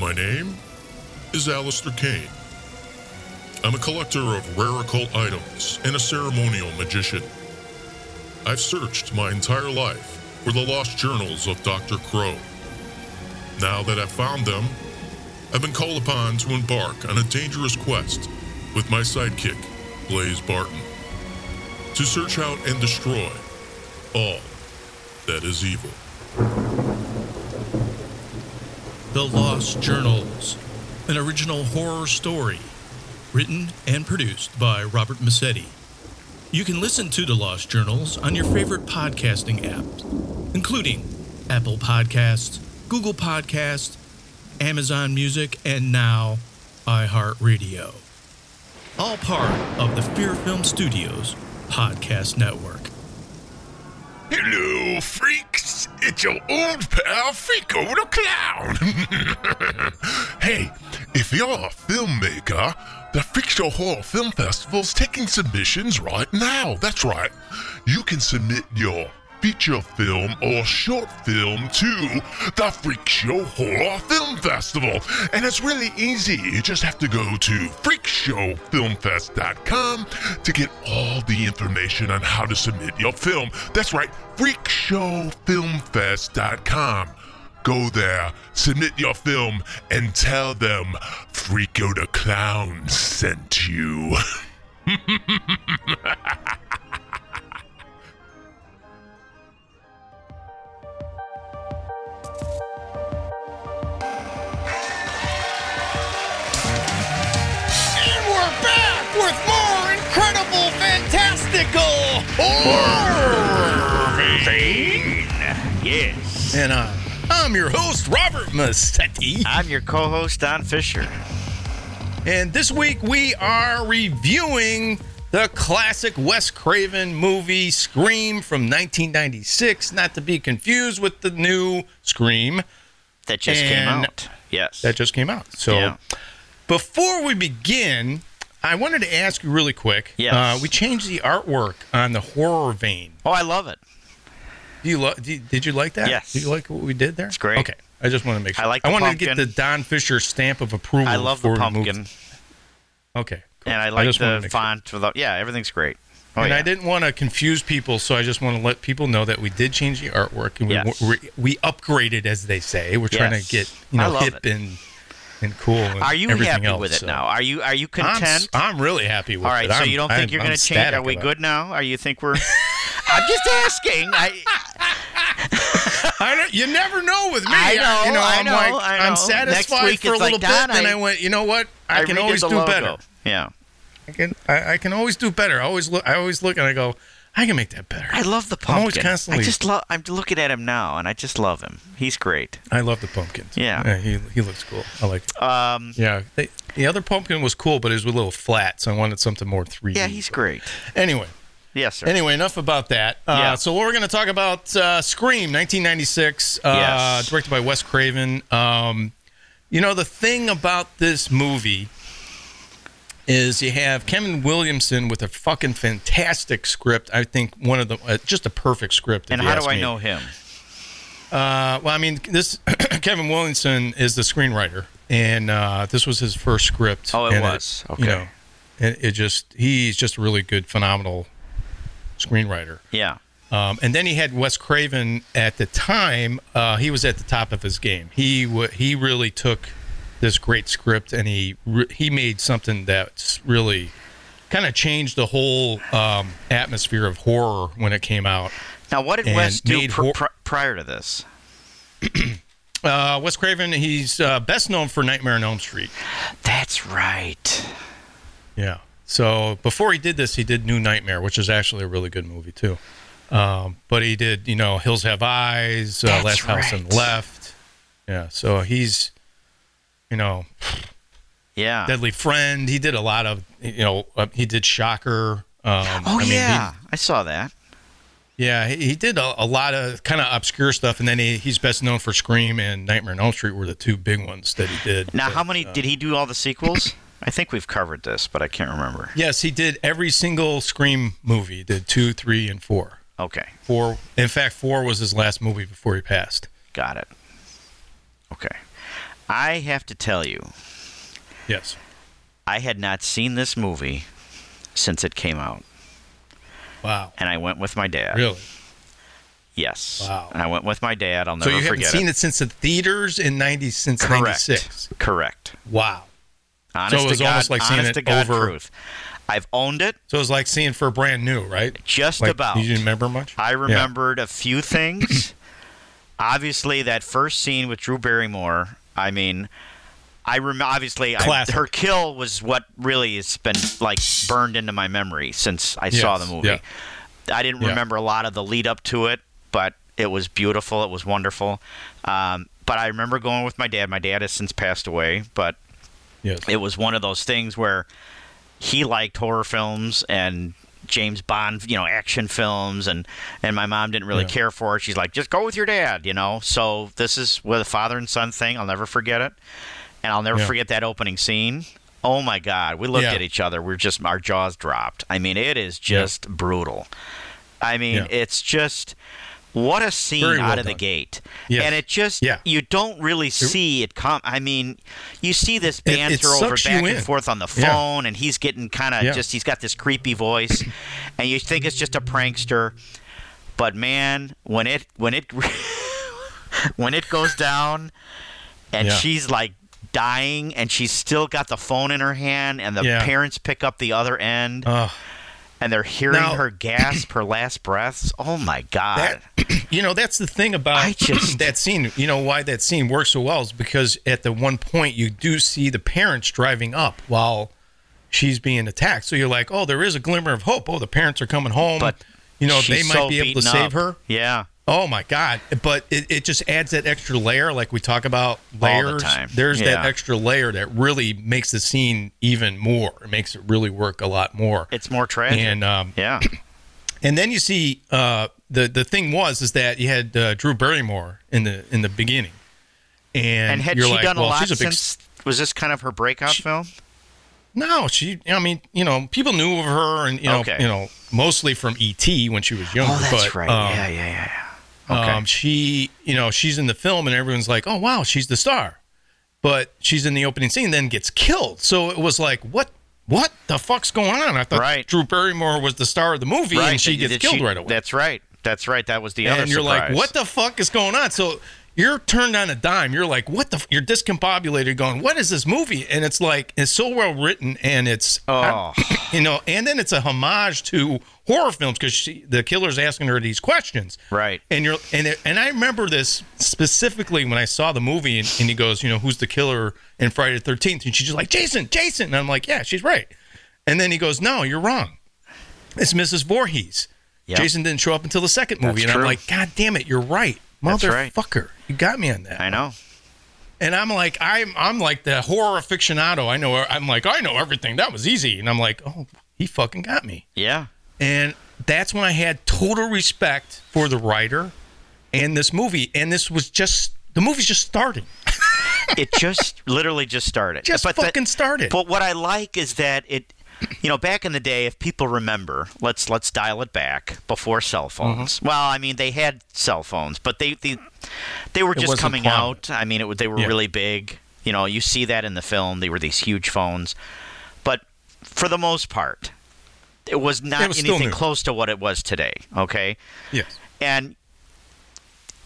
My name is Alistair Kane. I'm a collector of rare occult items and a ceremonial magician. I've searched my entire life for the lost journals of Dr. Crow. Now that I've found them, I've been called upon to embark on a dangerous quest with my sidekick, Blaze Barton, to search out and destroy all that is evil.
The Lost Journals, an original horror story, written and produced by Robert Massetti. You can listen to The Lost Journals on your favorite podcasting apps, including Apple Podcasts, Google Podcasts, Amazon Music, and now iHeartRadio. All part of the Fear Film Studios Podcast Network.
Hello, freaks! It's your old pal Fico the Clown! hey, if you're a filmmaker, the Freak Show Horror Film Festival's taking submissions right now. That's right. You can submit your feature film or short film to the Freak Show Horror Film Festival. And it's really easy. You just have to go to freakshowfilmfest.com to get all the information on how to submit your film. That's right, freakshowfilmfest.com. Go there, submit your film, and tell them Freako the Clown sent you.
And we're back with more incredible, fantastical horror.
Yes.
And uh, I'm your host, Robert Mustetti.
I'm your co-host Don Fisher.
And this week we are reviewing the classic Wes Craven movie Scream from 1996, not to be confused with the new Scream
That just came
And-
out. Yes.
that just came out. So
Yeah.
before we begin, I wanted to ask you really quick.
Yes.
Uh, we changed the artwork on the horror vein.
oh, I love it.
Do you lo- do you- did you like that?
Yes.
Did you like what we did there? It's
great.
Okay. I just want to make
I
sure.
like the
I wanted to get
pumpkin.
the Don Fisher stamp of approval.
I love the
before we moved-
pumpkin,
Okay. cool.
and I like
just wanted to
the
make sure.
font. For the, yeah, everything's great. Oh,
and
yeah.
I didn't want to confuse people, so I just want to let people know that we did change the artwork and
Yes.
we, we we upgraded, as they say. We're trying
Yes.
to get you
I
know
love
hip
it.
and and cool. And
Are you
everything
happy
else,
with it
so.
now? Are you are you
I'm, s-
content?
I'm really happy with
All
it.
right, so
I'm-
you don't think
I'm-
you're
I'm
going to change? Are
ecstatic
we
about
good now? Are you think we're? I'm just asking. I
it. I don't, you never know with me.
I know,
you know,
I
am
know,
like,
I
am
know.
satisfied
Next week
for a
it's like,
little
"Don,
bit, and
I-
I went, you know what? I, can
redid
always
the
do
logo.
better.
Yeah,
I can I, I can always do better. I always look I always look and I go, I can make that better.
I love the
I'm
pumpkin.
always constantly-
I just love. I'm looking at him now, and I just love him. He's great.
I love the pumpkins.
Yeah.
he, he looks cool. I like it.
Um,
Yeah. They, the other pumpkin was cool, but it was a little flat, so I wanted something more 3D.
yeah, he's great.
Anyway,
Yes, sir.
Anyway, enough about that. Uh,
Yeah.
So we're going to talk about uh, Scream, 1996, uh,
Yes.
directed by Wes Craven. Um, you know, the thing about this movie is you have Kevin Williamson with a fucking fantastic script. I think one of the uh, just a perfect script. if
and
you
how
ask
do I
me.
know him?
Uh, well, I mean, this Kevin Williamson is the screenwriter, and uh, this was his first script.
Oh, it
and
was.
You
Okay.
know, it, it just he's just a really good, phenomenal screenwriter.
Yeah.
Um, and then he had Wes Craven at the time. Uh, he was at the top of his game. He wa he really took this great script and he re- he made something that's really kind of changed the whole um, atmosphere of horror when it came out.
Now, what did
And
Wes do
made
pr-
hor-
pr- prior to this?
Uh, Wes Craven, he's uh, best known for Nightmare on Elm Street.
That's right.
Yeah. So before he did this, he did New Nightmare, which is actually a really good movie too. Um, but he did, you know, Hills Have Eyes, uh,
That's
Last House on the
right.
Left. Yeah. So he's, you know,
Yeah.
Deadly Friend. He did a lot of, you know, uh, he did Shocker. Um,
oh,
I mean, he-
yeah. I saw that.
yeah, he, he did a, a lot of kind of obscure stuff, and then he, he's best known for Scream and Nightmare on Elm Street were the two big ones that he did.
Now,
But,
how many
uh,
did he do all the sequels? I think we've covered this, but I can't remember.
Yes, he did every single Scream movie. He Did two, three, and four.
Okay.
Four. In fact, four was his last movie before he passed.
Got it. Okay. I have to tell you,
Yes.
I had not seen this movie since it came out,
Wow.
and I went with my dad.
Really?
Yes.
Wow.
And I went with my dad. I'll
So
never
you haven't
forget
seen it. since the theaters in ninety since ninety
Correct.
six.
Correct.
Wow.
Honest
it was
to God,
almost like seeing
honest
it
to God
over-
truth. I've owned it
So it was like seeing for brand new, right?
just
Like,
about.
You didn't remember much.
I
Yeah.
remembered a few things. Obviously, that first scene with Drew Barrymore. I mean, I remember. Obviously, I,
Classic.
her kill was what really has been like burned into my memory since I saw the
Yes,
movie. I didn't
Yeah.
remember a lot of the lead up to it, but it was beautiful. It was wonderful. Um, but I remember going with my dad. My dad has since passed away, but
Yes.
it was one of those things where he liked horror films and James Bond, you know, action films, and and my mom didn't really
Yeah.
care for it. She's like, just go with your dad, you know. So this is with a father and son thing. I'll never forget it, and I'll never
Yeah.
forget that opening scene. Oh my God, we looked
Yeah.
at each other. We're just our jaws dropped. I mean, it is just brutal. I mean,
Yeah.
it's just what a scene
Very well
out of the
done.
gate,
Yes.
and it just
Yeah.
you don't really see it come. I mean, you see this
It-
banter
it
over
sucks
back
you
and
in.
forth on the
Yeah.
phone, and he's getting kind of
Yeah.
just he's got this creepy voice, and you think it's just a prankster, but man, when it when it when it goes down, and
Yeah.
she's like dying, and she's still got the phone in her hand, and the
Yeah.
parents pick up the other end,
Ugh.
and they're hearing
Now-
her gasp, her last breaths. Oh my god!
that you know that's the thing about
I just-
that scene you know why that scene works so well is because at the one point you do see the parents driving up while she's being attacked so you're like oh there is a glimmer of hope oh the parents are coming home
But
you know they
She's
might
so
be able to
beaten
save
up.
her
Yeah.
oh my god but it, it just adds that extra layer like we talk about layers
time.
there's
Yeah.
that extra layer that really makes the scene even more it makes it really work a lot more
It's more tragic.
and um,
yeah.
and then you see uh, the the thing was is that you had uh, Drew Barrymore in the in the beginning, and,
And had
you're
she
like,
done a
well,
lot
she's a big s-
since? Was this kind of her breakout film?
No, she. I mean, you know, people knew of her, and you know,
Okay.
you know, mostly from ET when she was younger.
Oh, that's
but,
right.
um,
yeah, yeah, yeah, yeah. Okay.
um, she, you know, she's in the film, and everyone's like, "Oh wow, she's the star," but she's in the opening scene, then gets killed. So it was like, what? What the fuck's going on? I thought
Right.
Drew Barrymore was the star of the movie,
right.
and she
that-
gets
that
killed
she-
right away.
That's right. That's right. That was the other
and you're like,
surprise.
what the fuck is going on? So you're turned on a dime. You're like, what the? F-? You're discombobulated, going, what is this movie? And it's like, it's so well written, and it's,
Oh.
you know, and then it's a homage to horror films because the killer's asking her these questions,
Right.
And you're, and it, and I remember this specifically when I saw the movie, and, and he goes, you know, who's the killer in Friday the Thirteenth? And she's just like, Jason, Jason, and I'm like, yeah, she's right. And then he goes, no, you're wrong. It's Mrs. Voorhees.
Yep.
Jason didn't show up until the second movie, and
That's true.
I'm like, God damn it, you're right,
That's right.
motherfucker. You got me on that.
I know.
And I'm like, I'm I'm like the horror aficionado. I know. I'm like, I know everything. That was easy. And I'm like, oh, he fucking got me.
Yeah.
And that's when I had total respect for the writer and this movie. And this was just the movie's just starting.
it just literally just started.
Just
the-
fucking started.
But what I like is that it, you know, back in the day, if people remember, let's let's dial it back before cell
Mm-hmm.
phones. Well, I mean, they had cell phones, but they they, they were just
wasn't
coming
prominent.
out. I mean, it, was- they were
Yeah.
really big. You know, you see that in the film. They were these huge phones, but for the most part, it was not
was still
anything
new.
close to what it was today. Okay,
Yes.
and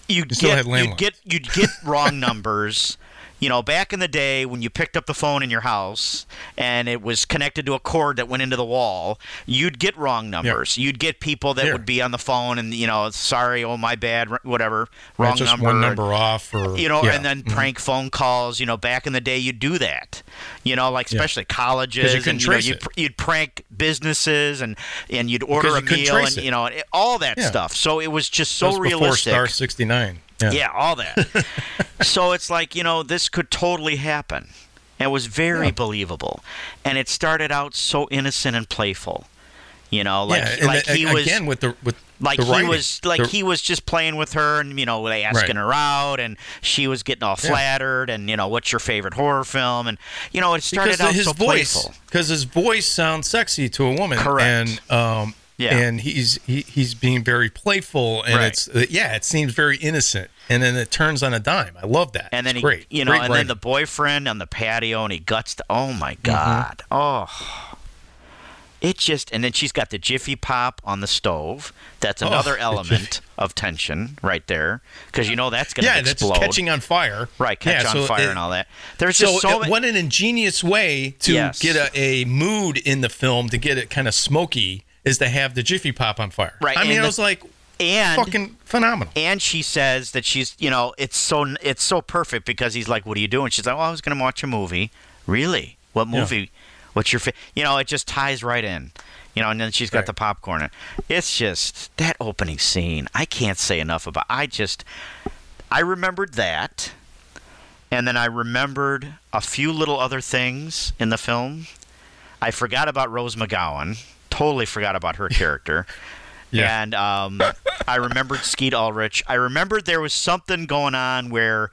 you'd
You still
get
had
you'd
landlines.
get you'd get wrong numbers. You know, back in the day when you picked up the phone in your house and it was connected to a cord that went into the wall, you'd get wrong numbers. You'd get people that
Yeah.
would be on the phone and you know, sorry, oh my bad, r- whatever, wrong
just
number.
one number off, or
You know,
yeah. Mm-hmm.
and then prank phone calls. You know, back in the day, you'd do that. You know, like especially colleges,
couldn't
and you know,
trace
you'd,
it.
pr- you'd prank businesses, and and you'd order
Because
a
you couldn't
meal,
trace
and
it.
you know, and all that
Yeah.
stuff. So it was just so
That was before
realistic.
Star sixty nine. Yeah.
Yeah, all that. so it's like, you know, this could totally happen. And it was very believable. And it started out so innocent and playful. You know, like
yeah. and
like
the-
he
again
was
with the with
like
the
he
writing.
was like
The-
he was just playing with her and you know they asking her out and she was getting all flattered and you know what's your favorite horror film and you know it started
because
out
his
so
voice
playful.
because his voice sounds sexy to a woman
Correct.
and um
Yeah.
and he's he, he's being very playful and
Right.
it's uh, yeah it seems very innocent and then it turns on a dime i love that
And then
It's
he,
great
you know,
Great
and then
writing. Mm-hmm.
the boyfriend on the patio, and he guts. The, oh my god! Oh, it just. And then she's got the Jiffy Pop on the stove. That's another
Oh, the
element of tension right there, because you know that's going to
yeah
explode.
that's catching on fire
right, catch
Yeah,
on
so
fire
it-
and all that. There's
so,
just so
it-
many.
what an ingenious way to
Yes.
get a, a mood in the film to get it kind of smoky is to have the jiffy pop on fire
Right,
i mean
and
it
the-
was like
and
fucking phenomenal
and she says that she's you know it's so it's so perfect because he's like what are you doing she's like well i was going to watch a movie really what movie what's your fa-? you know it just ties right in you know and then she's got
Right.
the popcorn in. it's just that opening scene i can't say enough about i just i remembered that and then i remembered a few little other things in the film i forgot about rose mcgowan totally forgot about her character
Yeah.
and um, I remembered Skeet Ulrich. I remembered there was something going on where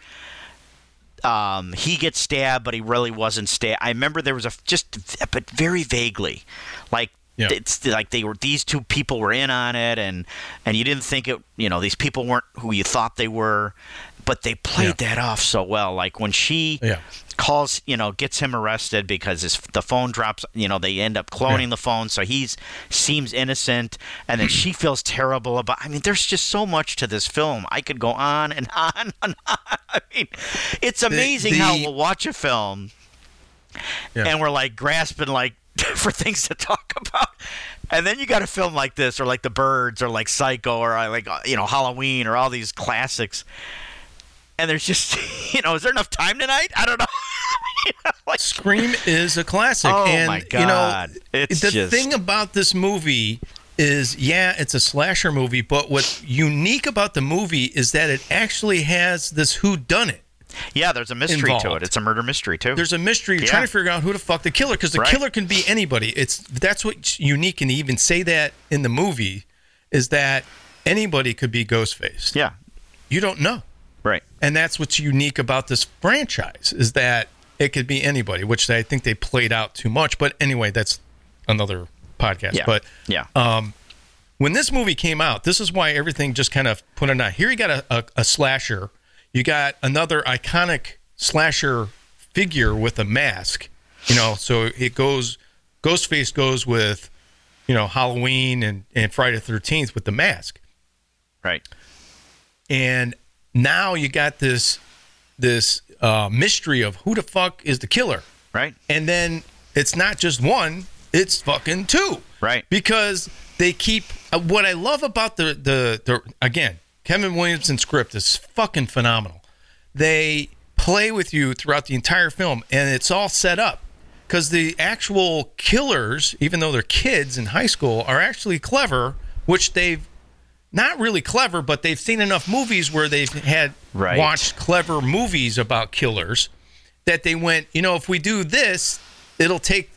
um, he gets stabbed, but he really wasn't stabbed. I remember there was a just, but very vaguely, like.
Yeah.
It's like they were these two people were in on it, and and you didn't think it. You know, these people weren't who you thought they were, but they played that off so well. Like when she
Yeah.
calls, you know, gets him arrested because his, the phone drops. You know, they end up cloning the phone, so he's seems innocent, and then she feels terrible about. I mean, there's just so much to this film. I could go on and on and on. I mean, it's amazing how
the-
we'll watch a film
Yeah.
and we're like grasping like for things to talk about, and then you got a film like this or like The Birds or like Psycho or uh, like uh, you know Halloween or all these classics. And there's just, you know, is there enough time tonight? I don't know. You know, like-
Scream is a classic.
Oh,
and,
my
You
God.
know,
It's
the
just-
thing about this movie is, yeah, it's a slasher movie, but what's unique about the movie is that it actually has this who done it.
Yeah, there's a mystery to it.
involved.
It's a murder mystery too.
There's a mystery. You're
Yeah.
trying to figure out who the fuck the killer because the
Right.
killer can be anybody. It's that's what's unique, and they even say that in the movie is that anybody could be Ghostface.
yeah,
you don't know.
right.
and that's what's unique about this franchise is that it could be anybody which i think they played out too much but anyway that's another podcast
Yeah,
but uh,
yeah,
when this movie came out this is why everything just kind of put on here you got a, a, a slasher you got another iconic slasher figure with a mask you know so it goes ghostface goes with you know halloween and, and friday the 13th with the mask
right.
and now you got this this uh, mystery of who the fuck is the killer
Right.
and then it's not just one it's fucking two
Right.
because they keep uh, what i love about the the, the again kevin williamson's script is fucking phenomenal they play with you throughout the entire film and it's all set up because the actual killers even though they're kids in high school are actually clever which they've not really clever but they've seen enough movies where they've had
Right.
watched clever movies about killers that they went you know if we do this it'll take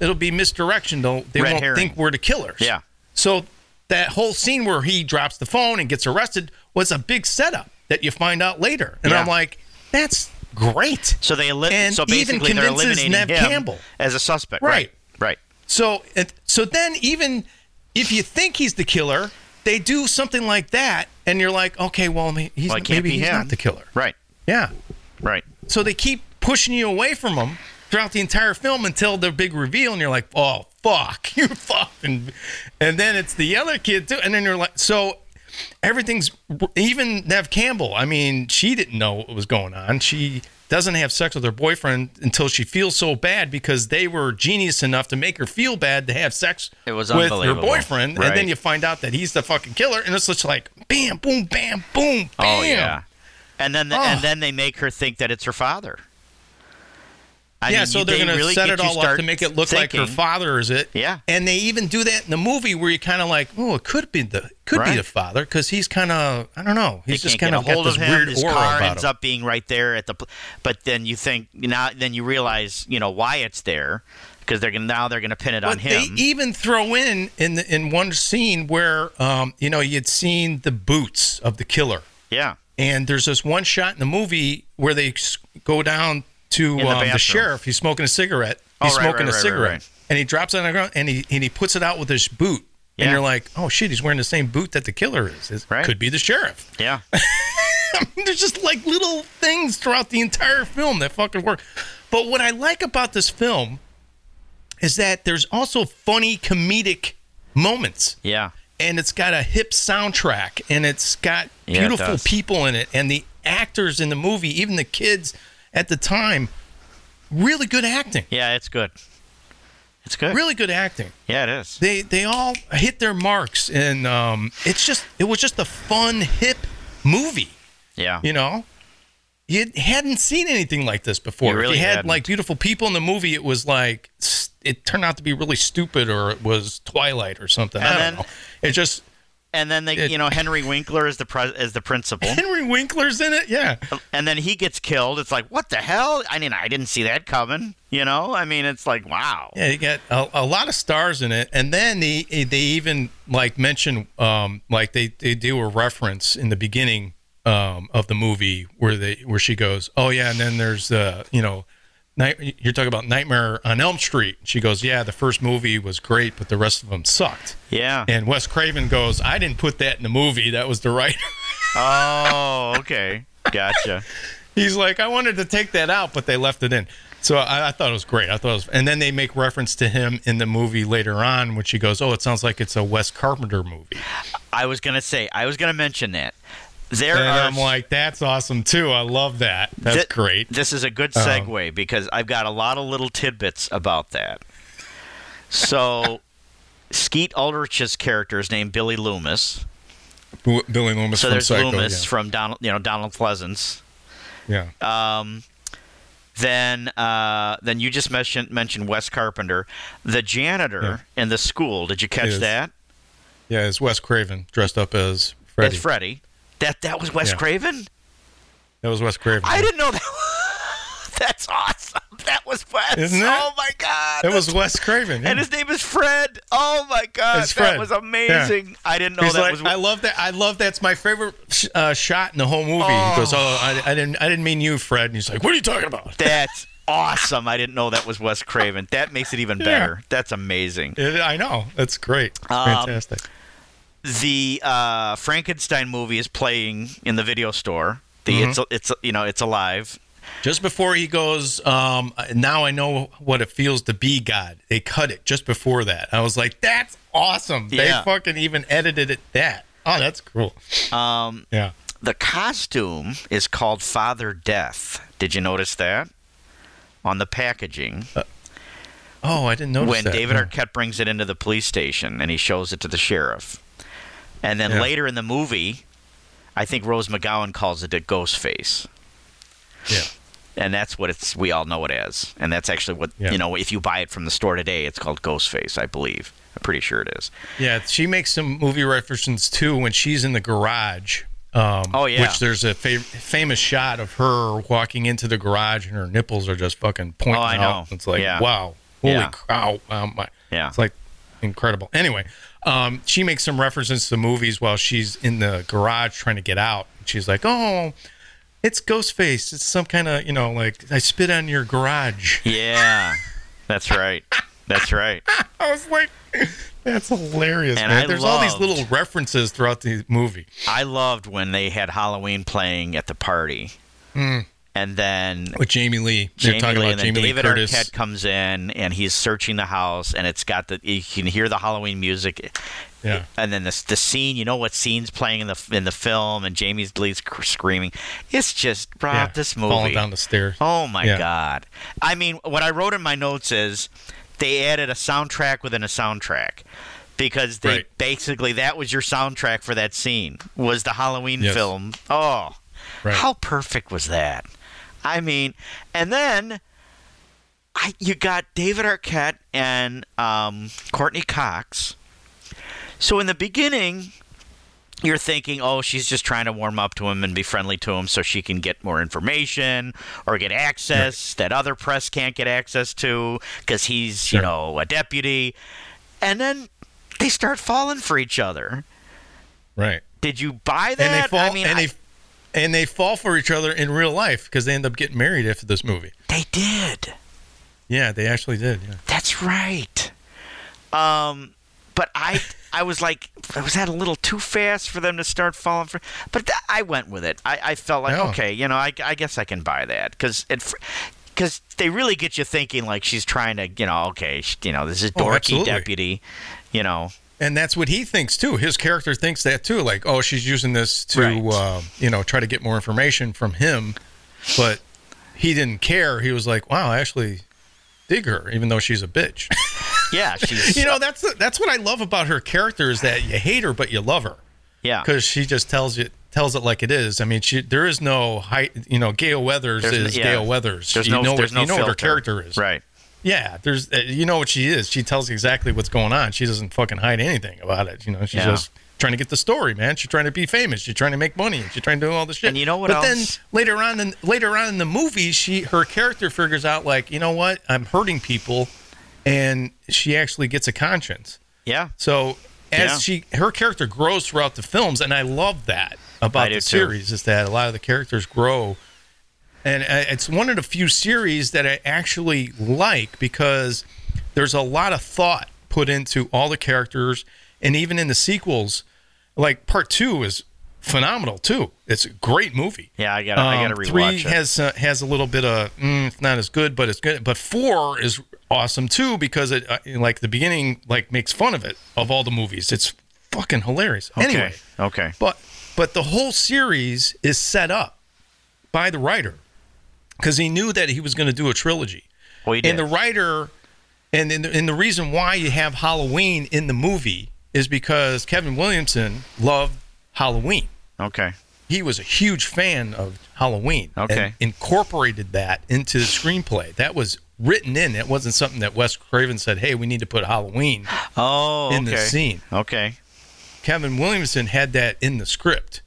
it'll be misdirection they'll, they
Red
won't
herring.
think we're the killers
Yeah.
So that whole scene where he drops the phone and gets arrested was a big setup that you find out later. And
Yeah.
I'm like, that's great.
So they eli-
And
so
even
basically they're
convinces
eliminating
Nev
him
Campbell.
as a suspect.
Right.
Right.
So and- so then even if you think he's the killer, they do something like that, and you're like, okay, well, ma- he's
Well, it can't
maybe
be
he's
him.
not the killer.
Right.
Yeah.
Right.
So they keep pushing you away from him throughout the entire film until their big reveal, and you're like, oh fuck, you fucking, and then it's the other kid too, and then you're like, so everything's even Nev Campbell. I mean, she didn't know what was going on. She doesn't have sex with her boyfriend until she feels so bad because they were genius enough to make her feel bad to have sex
It was
with her
unbelievable.
boyfriend, and
Right.
then you find out that he's the fucking killer, and it's just like bam, boom, bam, boom, bam.
Oh yeah. And then and
Oh.
then they make her think that it's her father. I
yeah,
mean,
so
you-
they're
they
going to
really
set
get
it
you
all up
start
to make it look like her
thinking-
father is it.
Yeah.
and they even do that in the movie where you're kind of like, oh, it could be the could be
Right.
the father because he's kind of I don't know, he's
They
just
can't
kind of
get a hold
got this
of him.
weird
His
aura
car
about
ends
him.
up being right there at the, pl- but then you think now, then you realize you know why it's there because they're gonna now they're gonna pin it on
but
him.
They even throw in in the, in one scene where um, you know you'd seen the boots of the killer,
yeah,
and there's this one shot in the movie where they s- go down to
In the
um, the
bathroom.
sheriff. He's smoking a cigarette. He's
Oh, right,
smoking
right,
a
right,
cigarette,
right, right.
and he drops it on the ground and he and he puts it out with his boot. And
Yeah.
you're like, oh shit, he's wearing the same boot that the killer is. It
Right.
could be the sheriff.
yeah,
There's just like little things throughout the entire film that fucking work. But what I like about this film is that there's also funny comedic moments.
yeah.
And it's got a hip soundtrack and it's got
Yeah, it
beautiful
does.
people in it and the actors in the movie, even the kids at the time, really good acting.
Yeah, it's good. It's good.
Really good acting.
Yeah, it is.
They they all hit their marks and um, it's just it was just a fun hip movie
Yeah.
you know you hadn't seen anything like this before
You
If
really
you had
hadn't.
like beautiful people in the movie it was like s- it turned out to be really stupid or it was twilight or something i
And
don't
then-
know it just
and then they,
it-
you know, Henry Winkler is the pres is the principal,
henry winkler's in it yeah
and then he gets killed. It's like what the hell? I mean, I didn't see that coming. You know, I mean, it's like wow.
yeah you got a, a lot of stars in it and then they they even like mention um like they they do a reference in the beginning um of the movie where they where she goes oh yeah and then there's uh you know Night, you're talking about Nightmare on Elm Street. She goes, "Yeah, the first movie was great, but the rest of them sucked."
Yeah.
And Wes Craven goes, "I didn't put that in the movie. That was the writer."
Oh, okay. Gotcha.
He's like, "I wanted to take that out, but they left it in." So I, I thought it was great. I thought it was, and then they make reference to him in the movie later on when she goes, "Oh, it sounds like it's a Wes Carpenter movie,"
I was gonna say. I was gonna mention that. There
and
are
I'm like, "That's awesome too. I love that. That's
Thi-
great." Uh-huh.
This is a good segue because I've got a lot of little tidbits about that. So, Skeet Ulrich's character is named Billy Loomis.
W- Billy Loomis
So
from
there's
Psycho.
Loomis from uh, Donald, you know, Donald Pleasance.
yeah. yeah.
Then, uh, then you just mentioned mentioned Wes Carpenter, the janitor in the school. Did you catch
Yes.
that?
yeah, it's Wes Craven dressed up as Freddy.
That's Freddy. That that was Wes
Yeah.
Craven.
that was Wes Craven.
I didn't know that. That's awesome. That was Wes.
Isn't it?
Oh my God.
It
that's
was Wes Craven.
and
yeah.
his name is Fred. Oh my God,
It's Fred.
that was amazing. I didn't know
He's
that
like,
was.
I love that. I love that's my favorite sh- uh, shot in the whole movie. He goes, "Oh, I, I didn't, I didn't mean you, Fred." And he's like, "What are you talking about?"
that's awesome. I didn't know that was Wes Craven. That makes it even better. That's amazing.
It- I know that's great,
Um,
fantastic.
The uh, Frankenstein movie is playing in the video store. The
Mm-hmm.
it's it's you know it's alive.
Just before he goes, um, now I know what it feels to be God. They cut it just before that. I was like, "That's awesome."
Yeah.
They fucking even edited it. That. Oh, that's cool. Um, yeah.
The costume is called Father Death. Did you notice that on the packaging?
Oh, I didn't notice
when
that.
David
Yeah.
Arquette brings it into the police station and he shows it to the sheriff. And then
Yeah.
later in the movie, I think Rose McGowan calls it a ghost face.
Yeah.
And that's what it's we all know it as. And that's actually what
Yeah.
you know, if you buy it from the store today, it's called ghost face, I believe. I'm pretty sure it is.
Yeah, she makes some movie references too when she's in the garage. Um,
Oh, yeah.
which there's a fa- famous shot of her walking into the garage and her nipples are just fucking pointing
Oh, I
out.
know.
It's like
Yeah.
wow, holy
Yeah.
cow! Um, my,
Yeah.
it's like incredible. Anyway, um, she makes some references to movies while she's in the garage trying to get out. She's like, "Oh, it's Ghostface. It's some kind of you know like I spit on your garage."
Yeah, that's right. That's right.
I was like, "That's hilarious,
And
man."
I
There's all these
loved-
little references throughout the movie.
I loved when they had Halloween playing at the party, and then
with Jamie Lee. They're
Jamie
Hmm. talking
Lee,
about
and then
Jamie Lee
David
Curtis.
Arquette comes in and he's searching the house, and it's got the you can hear the Halloween music.
Yeah.
And then the the scene, you know what scene's playing in the in the film, and Jamie Lee's cr- screaming. It's just Rob,
Yeah,
this movie.
falling down the stairs.
Oh my
Yeah.
god! I mean, what I wrote in my notes is they added a soundtrack within a soundtrack because they
Right.
basically that was your soundtrack for that scene was the Halloween
Yes.
film. Oh,
Right.
how perfect was that? I mean, and then I you got David Arquette and um, Courtney Cox. So in the beginning, you're thinking, oh, she's just trying to warm up to him and be friendly to him so she can get more information or get access that other press can't get access to because he's, you know, a deputy. And then they start falling for each other.
Right.
Did you buy that?
And they fall
I mean,
and
I-
they and they fall for each other in real life because they end up getting married after this movie.
they did.
Yeah, they actually did. Yeah.
That's right. Um, but I I was like, was that a little too fast for them to start falling for? But th- I went with it. I, I felt like,
Yeah.
okay, you know, I, I guess I can buy that because it. Because they really get you thinking, like she's trying to, you know, okay, sh you know, this is
Oh,
dorky
absolutely.
deputy, you know,
And that's what he thinks too. His character thinks that too. Like, oh, she's using this to,
Right.
um, you know, try to get more information from him, but he didn't care. He was like, wow, I actually dig her, even though she's a bitch.
yeah, she's,
you know, that's the, that's what I love about her character is that you hate her but you love her.
yeah,
because she just tells it tells it like it is. I mean, she there is no height. You know, Gail Weathers
There's n-
is
yeah.
Gail Weathers.
There's
you
no-
know,
there's
what, you
no
know what her
filter.
character is.
right,
Yeah. There's uh, you know what she is. She tells exactly what's going on. She doesn't fucking hide anything about it. You know, she's
Yeah.
just trying to get the story, man. She's trying to be famous. She's trying to make money. She's trying to do all this shit.
And you know what
But then
else?
later on, in, later on in the movie, she her character figures out like, you know what, I'm hurting people, and she actually gets a conscience.
yeah,
So as
Yeah.
she her character grows throughout the films, and I love that
I
about
do
the
too.
series is that a lot of the characters grow, and uh, it's one of the few series that I actually like because there's a lot of thought put into all the characters, and even in the sequels, like part two is phenomenal too. It's a great movie.
yeah. I gotta, I gotta
Um,
rewatch
three
it.
has uh, has a little bit of mm, it's not as good, but it's good. But four is awesome too because it uh, like the beginning like makes fun of it of all the movies. It's fucking hilarious.
Okay,
Anyway,
okay,
but but the whole series is set up by the writer because he knew that he was going to do a trilogy.
well, Oh, you did.
And the writer, and and the, and the reason why you have Halloween in the movie is because Kevin Williamson loved Halloween
okay,
he was a huge fan of Halloween.
Okay.
And incorporated that into the screenplay. That was written in. It wasn't something that Wes Craven said, hey, we need to put Halloween.
oh,
In the
okay.
scene.
okay,
Kevin Williamson had that in the script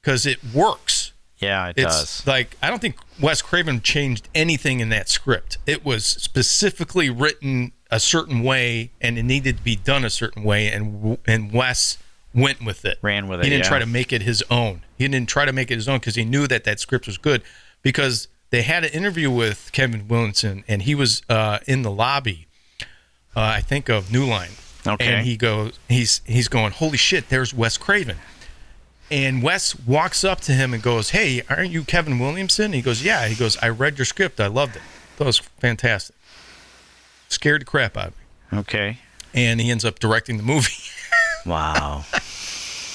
because it works.
yeah, it
It's
does.
like, I don't think Wes Craven changed anything in that script. It was specifically written a certain way and it needed to be done a certain way. And, and Wes went with it.
Ran with it,
He didn't
yeah.
try to make it his own. He didn't try to make it his own because he knew that that script was good. Because they had an interview with Kevin Williamson, and he was uh, in the lobby, uh, I think of New Line.
Okay.
And he goes, he's he's going, holy shit, there's Wes Craven. And Wes walks up to him and goes, hey, aren't you Kevin Williamson? He goes, yeah. He goes, I read your script, I loved it. That was fantastic. Scared the crap out of me.
Okay.
And he ends up directing the movie.
Wow.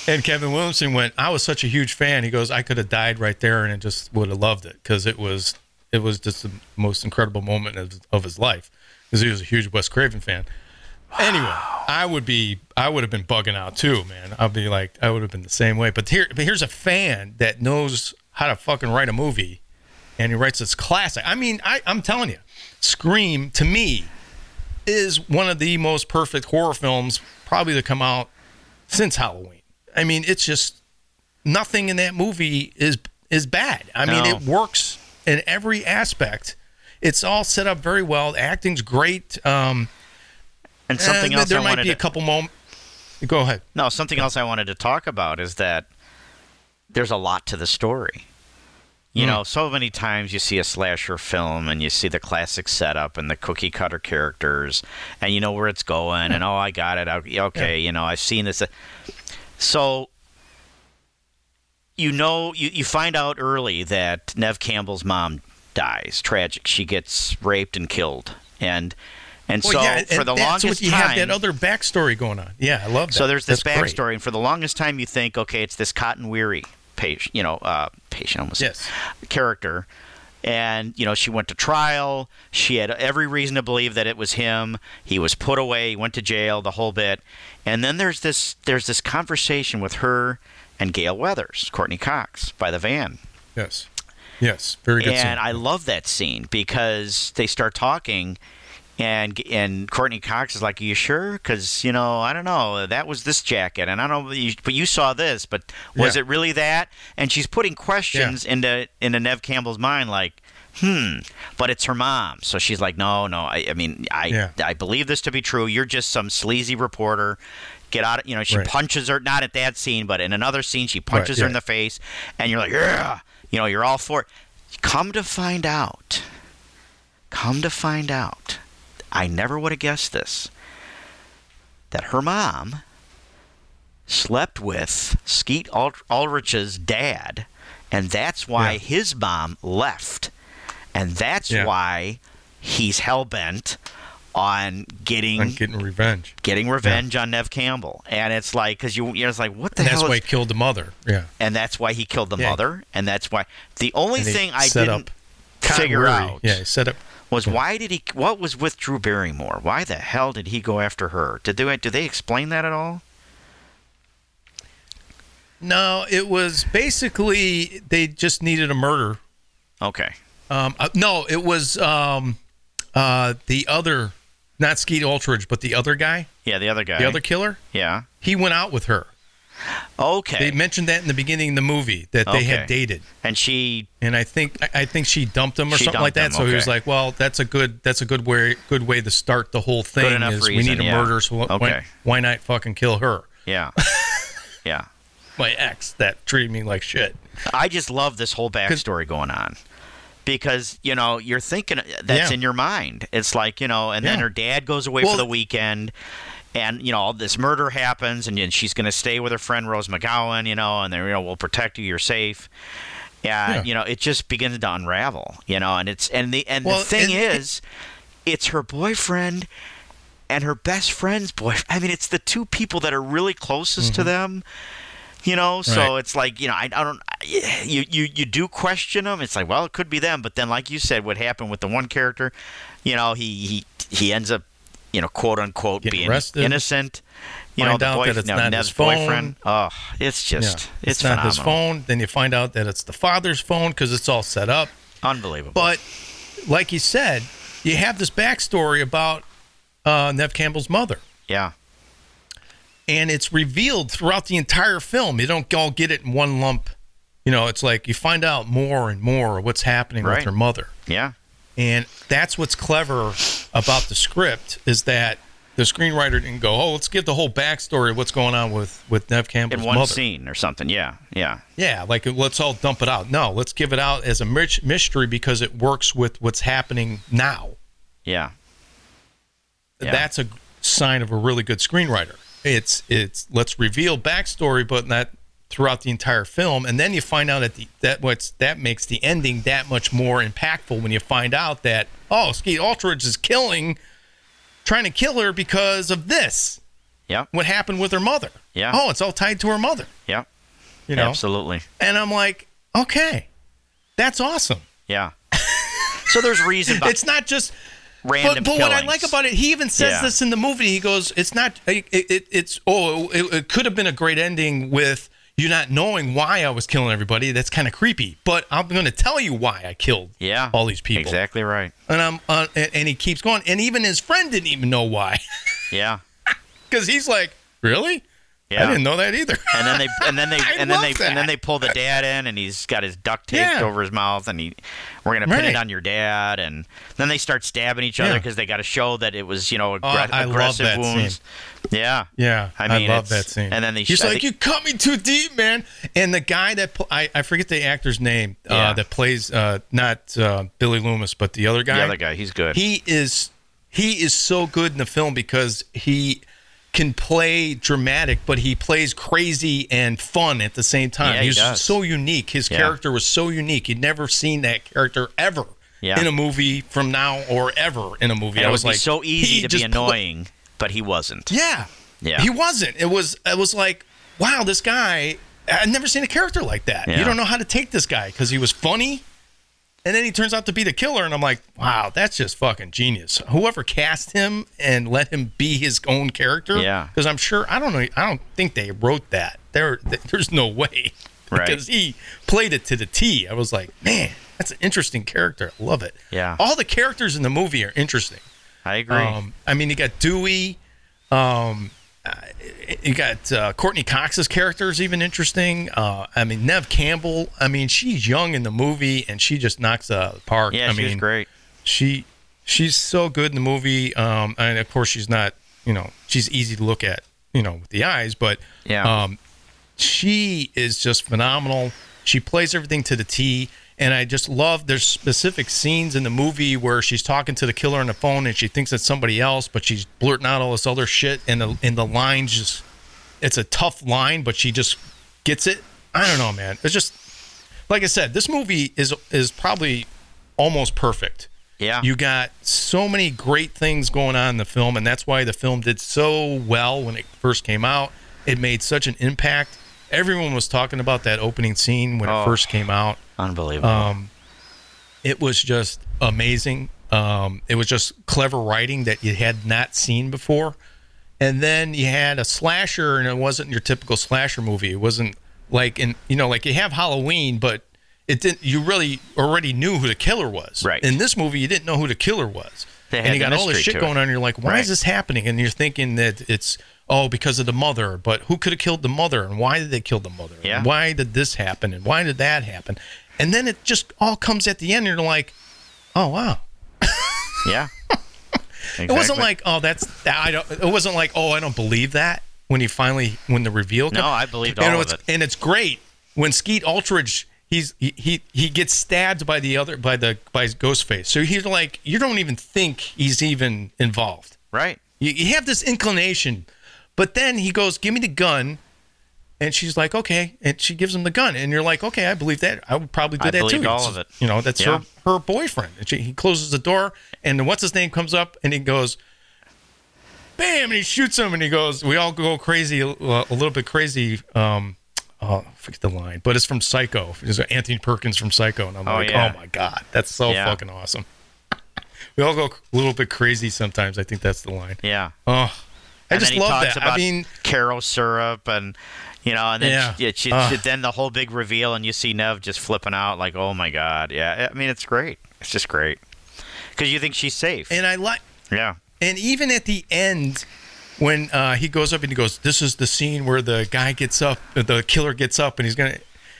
And Kevin Williamson went, I was such a huge fan. He goes, I could have died right there and it just would have loved it because it was it was just the most incredible moment of, of his life because he was a huge Wes Craven fan. Anyway, I would be I would have been bugging out too, man. I'd be like I would have been the same way. But here but here's a fan that knows how to fucking write a movie and he writes this classic. I mean, I, I'm telling you, Scream to me is one of the most perfect horror films probably to come out since Halloween. I mean, it's just nothing in that movie is is bad. I mean,
No.
it works in every aspect. It's all set up very well. The acting's great. Um,
And something
Eh,
else
There
I
might
wanted
be a
to-
couple moments. Go ahead.
No, something else I wanted to talk about is that there's a lot to the story. You
Hmm.
know, so many times you see a slasher film and you see the classic setup and the cookie cutter characters and you know where it's going and oh, I got it. I, okay, you know, I've seen this. So you know, you, you find out early that Nev Campbell's mom dies. Tragic. She gets raped and killed. And and so
Well, yeah, and
for the
that's
longest
what you
time
have that other backstory going on. Yeah, I love that.
so there's this
That's great.
backstory, and for the longest time, you think, okay, it's this Cotton Weary patient, you know, uh, patient almost
Yes.
character, and you know, she went to trial. She had every reason to believe that it was him. He was put away. He went to jail. The whole bit, and then there's this there's this conversation with her and Gail Weathers, Courtney Cox, by the van
Yes. Yes. Very good.
and
scene.
I love that scene because they start talking, and and Courtney Cox is like, "Are you sure?" Because you know, I don't know. That was this jacket, and I don't. you- But you saw this, but was
Yeah.
it really that? And she's putting questions into into Nev Campbell's mind, like. Hmm, but it's her mom, so she's like, no, no. I, I mean, I,
Yeah.
I believe this to be true. You're just some sleazy reporter. Get out, of, you know. She
Right.
punches her, not at that scene, but in another scene, she punches her in
yeah.
the face, and you're like, yeah, you know, you're all for it. Come to find out, come to find out, I never would have guessed this that her mom slept with Skeet Ul- Ulrich's dad, and that's why
Yeah.
his mom left, and that's
Yeah.
why he's hell bent on getting
I'm getting revenge.
getting revenge on Nev Campbell, and it's like because you you're just like what the
And
hell
that's
is
why he killed the mother. Yeah.
and that's why he killed the
Yeah.
mother, and that's why the only
And he
thing I
set
didn't
up Cotton
figure
Weary.
out
Yeah. He set up.
was why did he? What was with Drew Barrymore? Why the hell did he go after her? Did they do they explain that at all?
No, it was basically they just needed a murder.
Okay,
Um, uh, no, it was um, uh, the other, not Skeet Ultridge, but the other guy,
yeah, the other guy,
the other killer.
yeah,
He went out with her.
okay,
They mentioned that in the beginning of the movie that they had
Okay.
dated,
and she
and I think I- I think she dumped him or
She
something like that.
dumped him,
So he was
okay.
like, "Well, that's a good that's a good way good way to start the whole thing.
enough
is we
reason,
need a
yeah.
murder, so wh-
Okay.
why, why not fucking kill her?
yeah, yeah.
My ex that treated me like shit.
I just love this whole backstory going on because you know you're thinking that's
Yeah.
in your mind. It's like you know, and then
Yeah.
her dad goes away for
Well-
the weekend, and you know all this murder happens, and, then she's going to stay with her friend Rose McGowan, you know, and they you know we'll protect you, you're safe. Yeah,
Yeah.
you know, it just begins to unravel, you know, and it's and the and
Well,
the thing
and-
is, it's her boyfriend and her best friend's boyfriend. I mean, it's the two people that are really closest to them. You know, so
Mm-hmm. Right.
it's like you know, I, I don't. You, you you do question them. It's like, well, it could be them, but then, like you said, what happened with the one character? You know, he he he ends up, you know, quote unquote,
Getting
being
arrested.
innocent. You
Find
know, the
out
boyfriend,
that it's
no,
not
Nev's
his phone.
boyfriend. Oh, it's
Yeah.
just
it's,
it's,
not
phenomenal,
his phone. Then you find out that it's the father's phone because it's all set up.
unbelievable.
But like you said, you have this backstory about uh, Nev Campbell's mother,
yeah,
and it's revealed throughout the entire film. You don't all get it in one lump. You know, it's like you find out more and more what's happening
Right.
with her mother,
yeah,
and that's what's clever about the script is that the screenwriter didn't go, "Oh, let's give the whole backstory of what's going on with with Nev Campbell's
in one
mother."
scene or something. Yeah, yeah,
Yeah, like let's all dump it out. No, let's give it out as a mich- mystery because it works with what's happening now.
yeah. Yeah.
That's a sign of a really good screenwriter. It's it's let's reveal backstory, but not throughout the entire film, and then you find out at the that what's that makes the ending that much more impactful when you find out that oh, Skeet Ultridge is killing, trying to kill her because of this.
Yep.
What happened with her mother?
Yeah.
Oh, it's all tied to her mother.
Yep.
You know.
Absolutely.
And I'm like, okay, that's awesome.
Yeah. so there's reason. Behind
it's not just
random.
but, but what i
killings.
like about it he even says
Yeah.
this in the movie he goes it's not it, it, it's oh it, it could have been a great ending with you not knowing why i was killing everybody that's kind of creepy but i'm going to tell you why i killed
yeah,
all these people
Exactly right.
and i'm uh, and, and he keeps going and even his friend didn't even know why
Yeah.
because he's like really
Yeah.
I didn't know that either.
and then they and then they
I
and
love
then they and
that.
then they pull the dad in and he's got his duct taped
Yeah.
over his mouth and he we're gonna pin
Right.
it on your dad and then they start stabbing each other
Yeah. Oh,
because they got to show that it was you know aggre-
I love
aggressive
that
wounds yeah
Yeah,
I
I,
mean,
love
it's-
that scene.
and then they
he's
sh- I
like,
think-
"You cut me too deep, man." And the guy that pl- I, I forget the actor's name uh,
Yeah.
that plays uh, not uh, Billy Loomis, but the other guy.
the other guy he's good
He is he is so good in the film because he can play dramatic, but he plays crazy and fun at the same time.
Yeah, he
He's
does.
so unique. His
Yeah.
character was so unique. You'd never seen that character ever.
Yeah.
In a movie from now or ever in a movie,
and
I
it
was
would be
like
so
he
easy to be
just pla-
annoying but he wasn't
yeah.
Yeah.
He wasn't. It was it was like, wow, this guy I've never seen a character like that.
Yeah.
You don't know how to take this guy because he was funny. And then he turns out to be the killer, and I'm like, wow, that's just fucking genius. Whoever cast him and let him be his own character,
Yeah.
Because I'm sure I don't know, I don't think they wrote that. There, th- there's no way,
Right.
Because he played it to the T. I was like, man, that's an interesting character. I love it.
Yeah.
all the characters in the movie are interesting.
I agree
Um, I mean, you got Dewey. Um, uh, you got uh, Courtney Cox's character is even interesting. Uh, I mean, Nev Campbell. I mean, she's young in the movie and she just knocks it out of the park.
yeah
I
she
mean,
was great
She she's so good in the movie. Um, and of course, she's not. You know, she's easy to look at. You know, with the eyes, but
Yeah.
um, she is just phenomenal. She plays everything to the T. And I just love there's specific scenes in the movie where she's talking to the killer on the phone and she thinks it's somebody else, but she's blurting out all this other shit and the and the lines just it's a tough line, but she just gets it. I don't know, man. It's just like I said, this movie is is probably almost perfect.
Yeah.
You got so many great things going on in the film, and that's why the film did so well when it first came out. It made such an impact. Everyone was talking about that opening scene when
Oh.
it first came out.
unbelievable
um, It was just amazing. Um, it was just clever writing that you had not seen before. And then you had a slasher, and it wasn't your typical slasher movie. It wasn't like in you know like you have Halloween, but it didn't. You really already knew who the killer was.
Right.
In this movie, you didn't know who the killer was.
They had
and you
the
got all this
mystery
shit
to it.
going on. And you're like, why
Right.
is this happening? And you're thinking that it's oh because of the mother, but who could have killed the mother, and why did they kill the mother?
Yeah.
And Why did this happen, and why did that happen? And then it just all comes at the end, and you're like, oh wow,
yeah
it wasn't like, oh, that's I don't. It wasn't like, oh, I don't believe that. When you finally, when the reveal.
No,
come-
I believed
and
all of
it's,
it.
And it's great when Skeet Ultridge, he's he, he he gets stabbed by the other by the by his ghost face. So he's like, you don't even think he's even involved.
right
You, you have this inclination, but then he goes, "Give me the gun," and she's like, "Okay," and she gives him the gun, and you're like, "Okay, I believe that. I would probably do
I
that
believed
too."
all
It's-
of it.
You know, that's
Yeah.
her her boyfriend. And she, he closes the door, and what's his name comes up, and he goes. Bam! And he shoots him, and he goes. We all go crazy, uh, a little bit crazy. Um, oh, I forget the line, but it's from Psycho. It's Anthony Perkins from Psycho, and I'm
Oh,
like,
yeah.
oh my god, that's so
Yeah.
fucking awesome. We all go a little bit crazy sometimes. I think that's the line.
yeah
Oh, I
and
just
then he
love
talks
that.
About
I mean,
Caro syrup and you know, and then
Yeah.
she, she-
Ah.
she- then the whole big reveal, and you see Nev just flipping out, like, "Oh my god!" Yeah, I mean, it's great. It's just great because you think she's safe.
and I like,
yeah,
and even at the end when uh, he goes up and he goes, "This is the scene where the guy gets up, uh, the killer gets up, and he's gonna."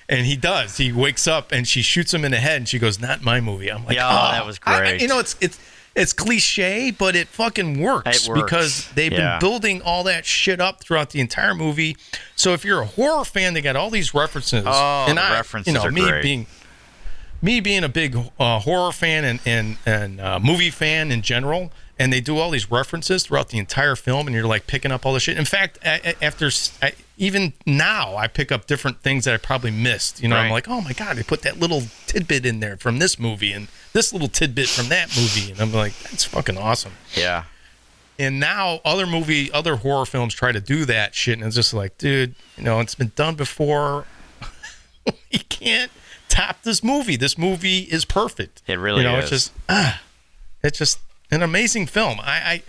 And he does. He wakes up and she shoots him in the head, and she goes, "Not my movie." I'm like,
Yeah,
"Oh."
that was
I- I-
great.
you know, it's it's it's cliche, but it fucking works,
It works.
because they've
Yeah.
been building all that shit up throughout the entire movie. So if you're a horror fan, they got all these references.
Oh,
and
the
I,
references
you know,
are
me
great.
being me being a big uh, horror fan and and and uh, movie fan in general, and they do all these references throughout the entire film, and you're like picking up all this shit. In fact, a a- after s I even now, I pick up different things that I probably missed. You know, I'm
Right.
like, oh my god, they put that little tidbit in there from this movie, and this little tidbit from that movie, and I'm like, that's fucking awesome.
yeah,
And now other movie, other horror films try to do that shit, and it's just like, dude, you know, it's been done before. you can't top this movie. This movie is perfect.
It really
you know,
is.
It's just, ah, it's just an amazing film. I, I,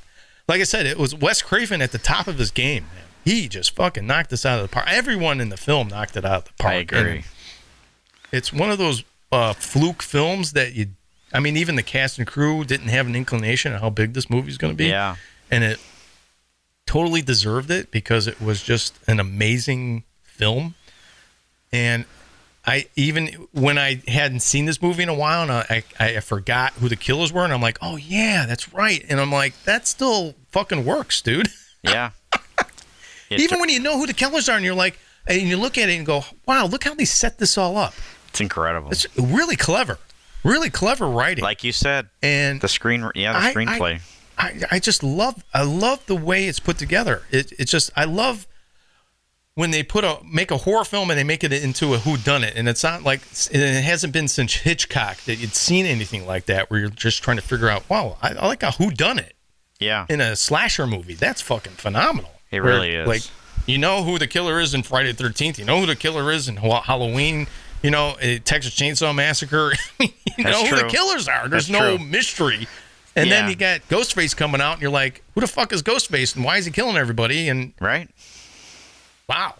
like I said, it was Wes Craven at the top of his game. Man. He just fucking knocked this out of the park. Everyone in the film knocked it out of the park.
I agree.
And it's one of those uh, fluke films that you. I mean, even the cast and crew didn't have an inclination of how big this movie's going to be.
Yeah.
And it totally deserved it because it was just an amazing film. And I even when I hadn't seen this movie in a while and I, I, I forgot who the killers were, and I'm like, oh yeah, that's right. And I'm like, that still fucking works, dude.
Yeah. It
even
tur-
when you know who the killers are and you're like, and you look at it and go, wow, look how they set this all up.
it's incredible.
It's really clever, really clever writing.
like you said,
and
the screen. Yeah, the
I- I-
screenplay.
I, I just love I love the way it's put together. It it's just I love when they put a make a horror film and they make it into a whodunit, and it's not like and it hasn't been since Hitchcock that you'd seen anything like that where you're just trying to figure out. Wow, I, I like a whodunit
yeah.
in a slasher movie. That's fucking phenomenal.
It
Where,
really is.
Like you know who the killer is in Friday the Thirteenth. You know who the killer is in Wa- Halloween. You know eh, Texas Chainsaw Massacre. you know who
true.
the killers are. There's
That's
no
true.
mystery. And
Yeah.
then you got Ghostface coming out, and you're like, "Who the fuck is Ghostface, and why is he killing everybody?" And
right.
wow,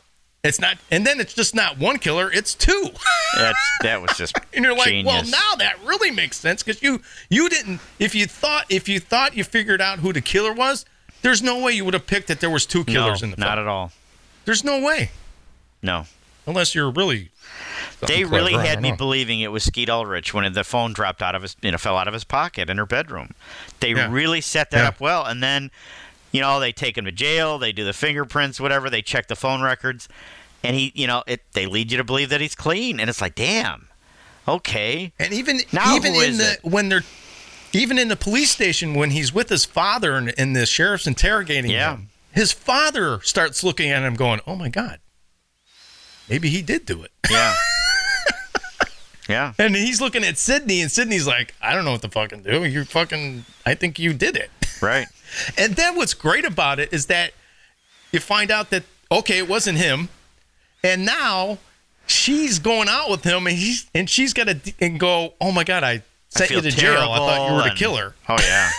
it's not. And then it's just not one killer; it's two.
That's that was just.
and you're like, well,
genius.
now that really makes sense because you you didn't if you thought if you thought you figured out who the killer was, there's no way you would have picked that there was two killers
no,
in the
not
film.
at all.
There's no way
No.
unless you're really.
They
something
really
clever, I
had
don't
me
know.
believing it was Skeet Ulrich when the phone dropped out of his, you know, fell out of his pocket in her bedroom. They
Yeah.
really set that
Yeah.
up well, and then, you know, they take him to jail, they do the fingerprints, whatever, they check the phone records, and he, you know, it they lead you to believe that he's clean, and it's like, damn, okay,
And even
Now
even
who
in
is
the
it?
when they're even in the police station when he's with his father and, and the sheriff's interrogating
Yeah.
him, his father starts looking at him going, "Oh my god, maybe he did do it."
yeah, yeah,
And he's looking at Sydney, and Sydney's like, "I don't know what to fucking do. You fucking, I think you did it."
right,
And then what's great about it is that you find out that okay, it wasn't him, and now she's going out with him, and he's and she's got to and go. Oh my god, I
I
sent you
feel
to jail. I thought you were
terrible,
the
and-
killer.
Oh yeah,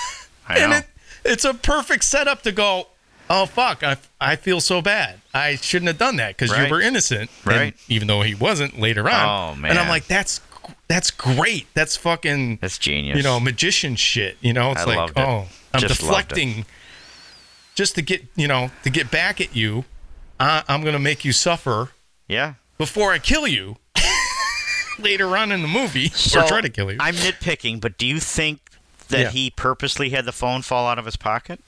I
And
know.
it, it's a perfect setup to go. Oh fuck, I, I feel so bad. I shouldn't have done that because
Right.
you were innocent, and
Right.
even though he wasn't later on.
Oh,
And
man.
I'm like, that's that's great. That's fucking
That's genius.
you know, magician shit. You know, it's
I
like,
loved it.
oh, I'm
Just loved it.
deflecting just to get, you know, to get back at you. I, I'm going to make you suffer
yeah.
before I kill you later on in the movie
So,
or try to kill you.
I'm nitpicking, but do you think that
Yeah.
he purposely had the phone fall out of his pocket?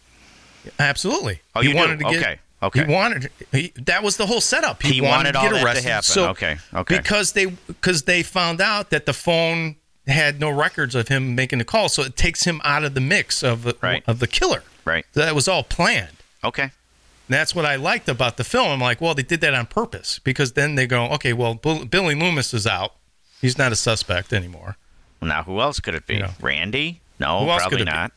Absolutely.
Oh, you do? Okay, okay.
He wanted. He, that was the whole setup. He,
He wanted
wanted,
all
to
that
get
to
arrested.
happen.
So,
Okay, okay.
Because they because they found out that the phone had no records of him making the call, so it takes him out of the mix of the-
Right.
of the killer.
Right.
So that was all planned.
Okay.
And that's what I liked about the film. I'm like, well, they did that on purpose because then they go, okay, well, Bill, Billy Loomis is out. He's not a suspect anymore.
Well, now, who else could it be?
You know.
Randy? No,
Who else
probably
could it be?
not.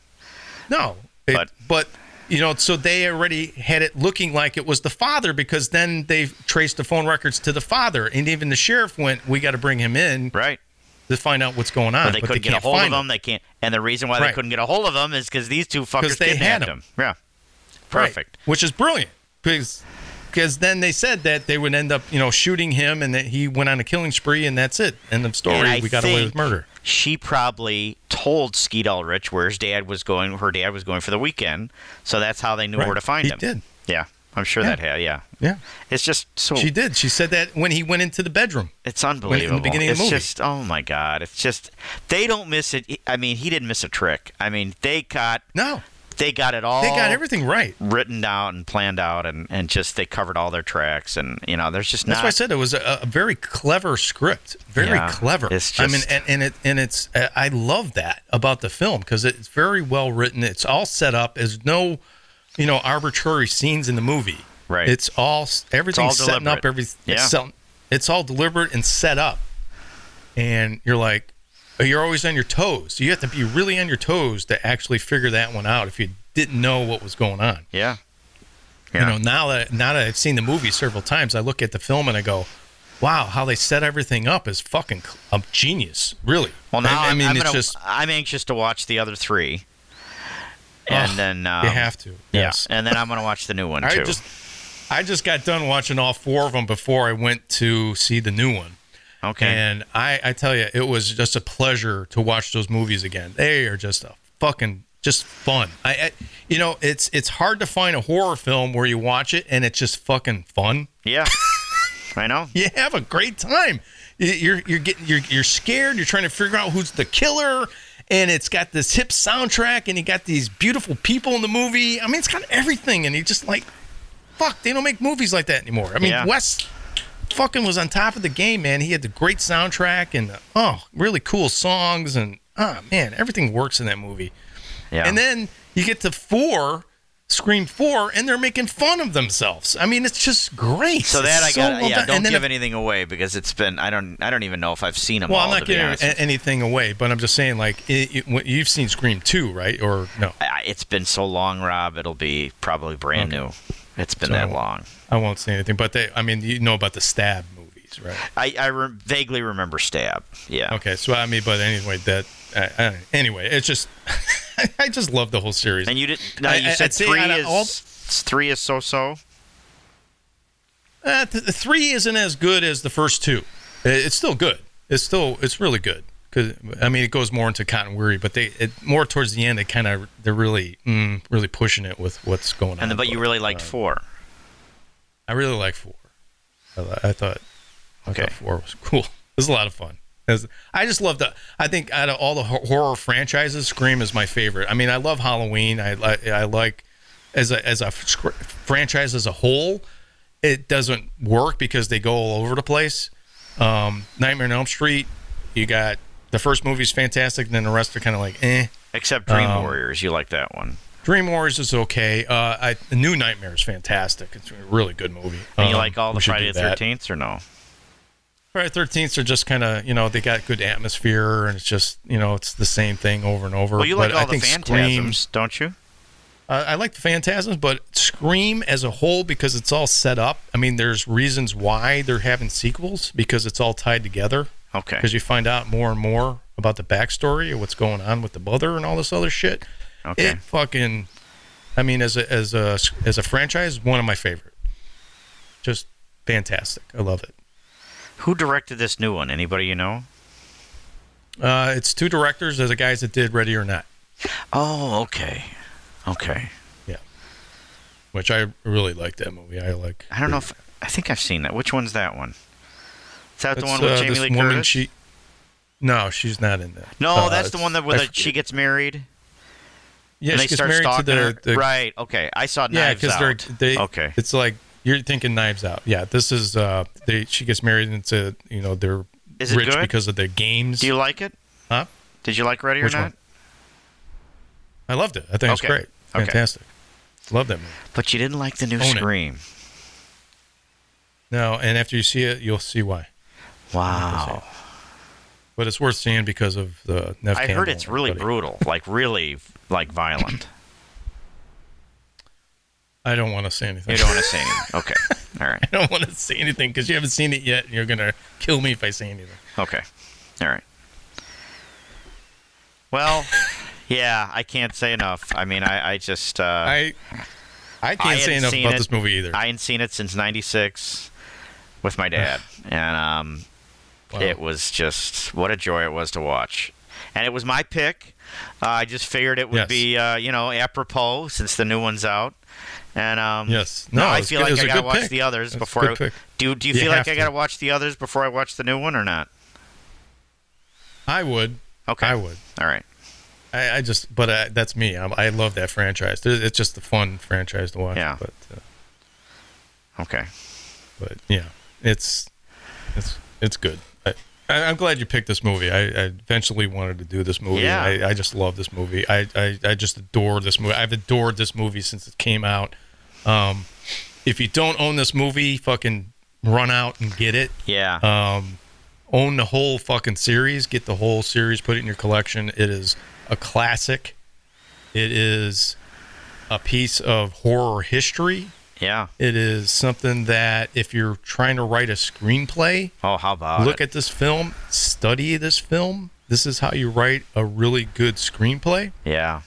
No. It-
But-
but, you know, so they already had it looking like it was the father because then they traced the phone records to the father. And even the sheriff went, we got to bring him in
Right.
to find out what's going on.
But they couldn't get a
can't
hold of
find
him. They can't. And the reason why they
Right.
couldn't get a hold of him is because these two fuckers
'Cause they had
kidnapped him.
him.
Yeah.
Right.
Perfect.
Which is brilliant because because then they said that they would end up, you know, shooting him and that he went on a killing spree and that's it. End of story.
And I
we got away
think
with murder.
She probably told Skeet Ulrich where his dad was going. Her dad was going for the weekend, so that's how they knew
Right.
where to find
He
him.
did.
Yeah, I'm sure
Yeah.
that had. Yeah,
Yeah.
it's just so
She did. She said that when he went into the bedroom.
It's unbelievable.
beginning of
it's
the movie.
just oh my god. It's just they don't miss it. I mean, he didn't miss a trick. I mean, they got
No.
they got it all.
They got everything right.
written down and planned out, and and just they covered all their tracks. And you know, there's just
That's
not.
why I said it was a, a very clever script. Very
Yeah,
clever.
it's
I mean,
just-
and, and it and it's I I love that about the film because it's very well written. It's all set up. There's no, you know, arbitrary scenes in the movie.
Right.
It's all s- everything's setting up.
deliberate.
Everything.
Yeah.
It's, sell- it's all deliberate and set up. And you're like, you're always on your toes. So you have to be really on your toes to actually figure that one out. If you didn't know what was going on.
yeah.
You
Yeah.
know, now that now that I've seen the movie several times, I look at the film and I go, "Wow, how they set everything up is fucking cl- um, genius, really."
Well, now
I, I
I'm,
mean,
I'm
it's
gonna-
just
I'm anxious to watch the other three, and
Ugh,
then um,
you have to. Yes,
yeah, and then I'm gonna watch the new one
I
too.
just I just got done watching all four of them before I went to see the new one,
okay.
and I I tell you, it was just a pleasure to watch those movies again. They are just a fucking just fun. I, I you know, it's it's hard to find a horror film where you watch it and it's just fucking fun.
Yeah, I know.
You have a great time. You- You're you're getting you're you're scared. You're trying to figure out who's the killer, and it's got this hip soundtrack, and you got these beautiful people in the movie. I mean, it's got everything, and you just like, fuck, they don't make movies like that anymore. I mean,
Yeah.
Wes fucking was on top of the game, man. He had the great soundtrack and uh, oh, really cool songs, and ah, man, everything works in that movie.
Yeah,
And then you get to four, Scream four, and they're making fun of themselves. I mean, it's just great.
so that
It's
I got.
well
yeah,
done.
don't
And then
give
it-
anything away because it's been. I don't. I don't even know if I've seen them
Well,
all.
I'm not
to be
giving
honest
a-
with you.
anything away, but I'm just saying, like, it, it, what- you've seen Scream two, right? Or no,
I- it's been so long, Rob. It'll be probably brand new. It's been that
So-
long.
I won't say anything. But they, I mean, you know about the stab movies, right?
I, I re- vaguely remember Stab. Yeah.
Okay, so I mean, but anyway, that I, I, anyway, it's just, I just love the whole series.
And you didn't. No,
I-
you
I-
said
I'd say
three
out of
is
all-
three is so so.
Uh, th- the three isn't as good as the first two. I- It's still good. It's still it's really good. 'Cause, I mean, it goes more into Cotton Weary, but they it, more towards the end. They kind of they're really mm, really pushing it with what's going on.
And the, but you really liked four.
I really like four. I, li- I thought okay
Okay.
four was cool. It was a lot of fun. It was- I just love the. I think out of all the hor- horror franchises, Scream is my favorite. I mean, I love Halloween. I li- I like as a as a scr- franchise as a whole, it doesn't work because they go all over the place. Um, Nightmare on Elm Street, you got the first movie's fantastic, and then the rest are kind of like eh.
Except Dream Warriors, you like that one.
Dream Warriors is okay. Uh, I, the New Nightmare is fantastic. It's a really good movie.
And you
Um,
like all
we
the
should do
Friday the
that.
Thirteenth or no?
Friday Thirteenths are just kind of you know they got good atmosphere and it's just you know it's the same thing over and over.
Well, you like
But
all
I
the
think
Phantasms, don't you?
Scream, I, I like the Phantasms, but Scream as a whole because it's all set up. I mean, there's reasons why they're having sequels because it's all tied together.
Okay.
Because you find out more and more about the backstory of what's going on with the mother and all this other shit.
Okay.
It fucking, I mean, as a as a as a franchise, one of my favorite. Just fantastic. I love it.
Who directed this new one? Anybody you know?
Uh, it's two directors. They're the guys that did Ready or Not,
Oh, okay, okay.
which I really like that movie. I like.
I don't know if I think I've seen that. Which one's that one? Is that the
That's,
one with
uh,
Jamie
this
Lee
woman,
Curtis?
She. No, she's not in that.
no,
Uh,
that's the
it's-
one that
I
where the,
forget.
she gets married
Yeah,
and
she
they
gets
start
married to
stalking
the,
her.
the
right. Okay, I saw
Yeah,
Knives
they're
Out.
they.
okay,
It's like you're thinking Knives Out. Yeah, this is. Uh, they she gets married into you know they're
Is it
rich
good?
because of their games.
do you like it?
Huh?
Did you like Ready
Which
or Not?
one? I loved it. I think
Okay.
it's great.
Okay.
Fantastic. Love that movie.
But you didn't like the new
Own it.
Scream.
No, and after you see it, you'll see why.
Wow.
But it's worth seeing because of the. Nev
I heard
Campbell
it's
and
really
everybody.
brutal, like really like violent.
I don't want to say anything.
You don't want to say anything. Okay. All right.
I don't want to say anything because you haven't seen it yet, and you're gonna kill me if I say anything.
Okay. All right. Well, yeah, I can't say enough. I mean, I, I just uh, I,
I I can't say
hadn't
enough
seen
about
it.
this movie either.
hadn't seen it since '96 with my dad, and um,
Wow.
it was just what a joy it was to watch. And it was my pick. Uh, I just figured it would
Yes.
be uh, you know apropos since the new one's out. And um,
Yes.
no,
No,
I
it's
feel
good- it
like
was
I
a
gotta
good
watch
pick.
the others
That's a
before.
good
I,
pick.
do do you,
You
feel like
have
I
to.
gotta watch the others before I watch the new one or not?
I would.
Okay.
I would.
All right.
I, I just, but uh, that's me. I, I love that franchise. There's- It's just a fun franchise to watch.
Yeah.
But, uh,
Okay.
but yeah, it's it's it's good. I, I, I'm glad you picked this movie. I, I eventually wanted to do this movie.
Yeah.
I, I just love this movie. I, I I just adore this movie. I've adored this movie since it came out. Um, if you don't own this movie, fucking run out and get it.
Yeah.
um, own the whole fucking series. Get the whole series. Put it in your collection. It is a classic. It is a piece of horror history.
yeah.
It is something that if you're trying to write a screenplay,
Oh, how about
look
it?
at this film, study this film. This is how you write a really good screenplay.
yeah.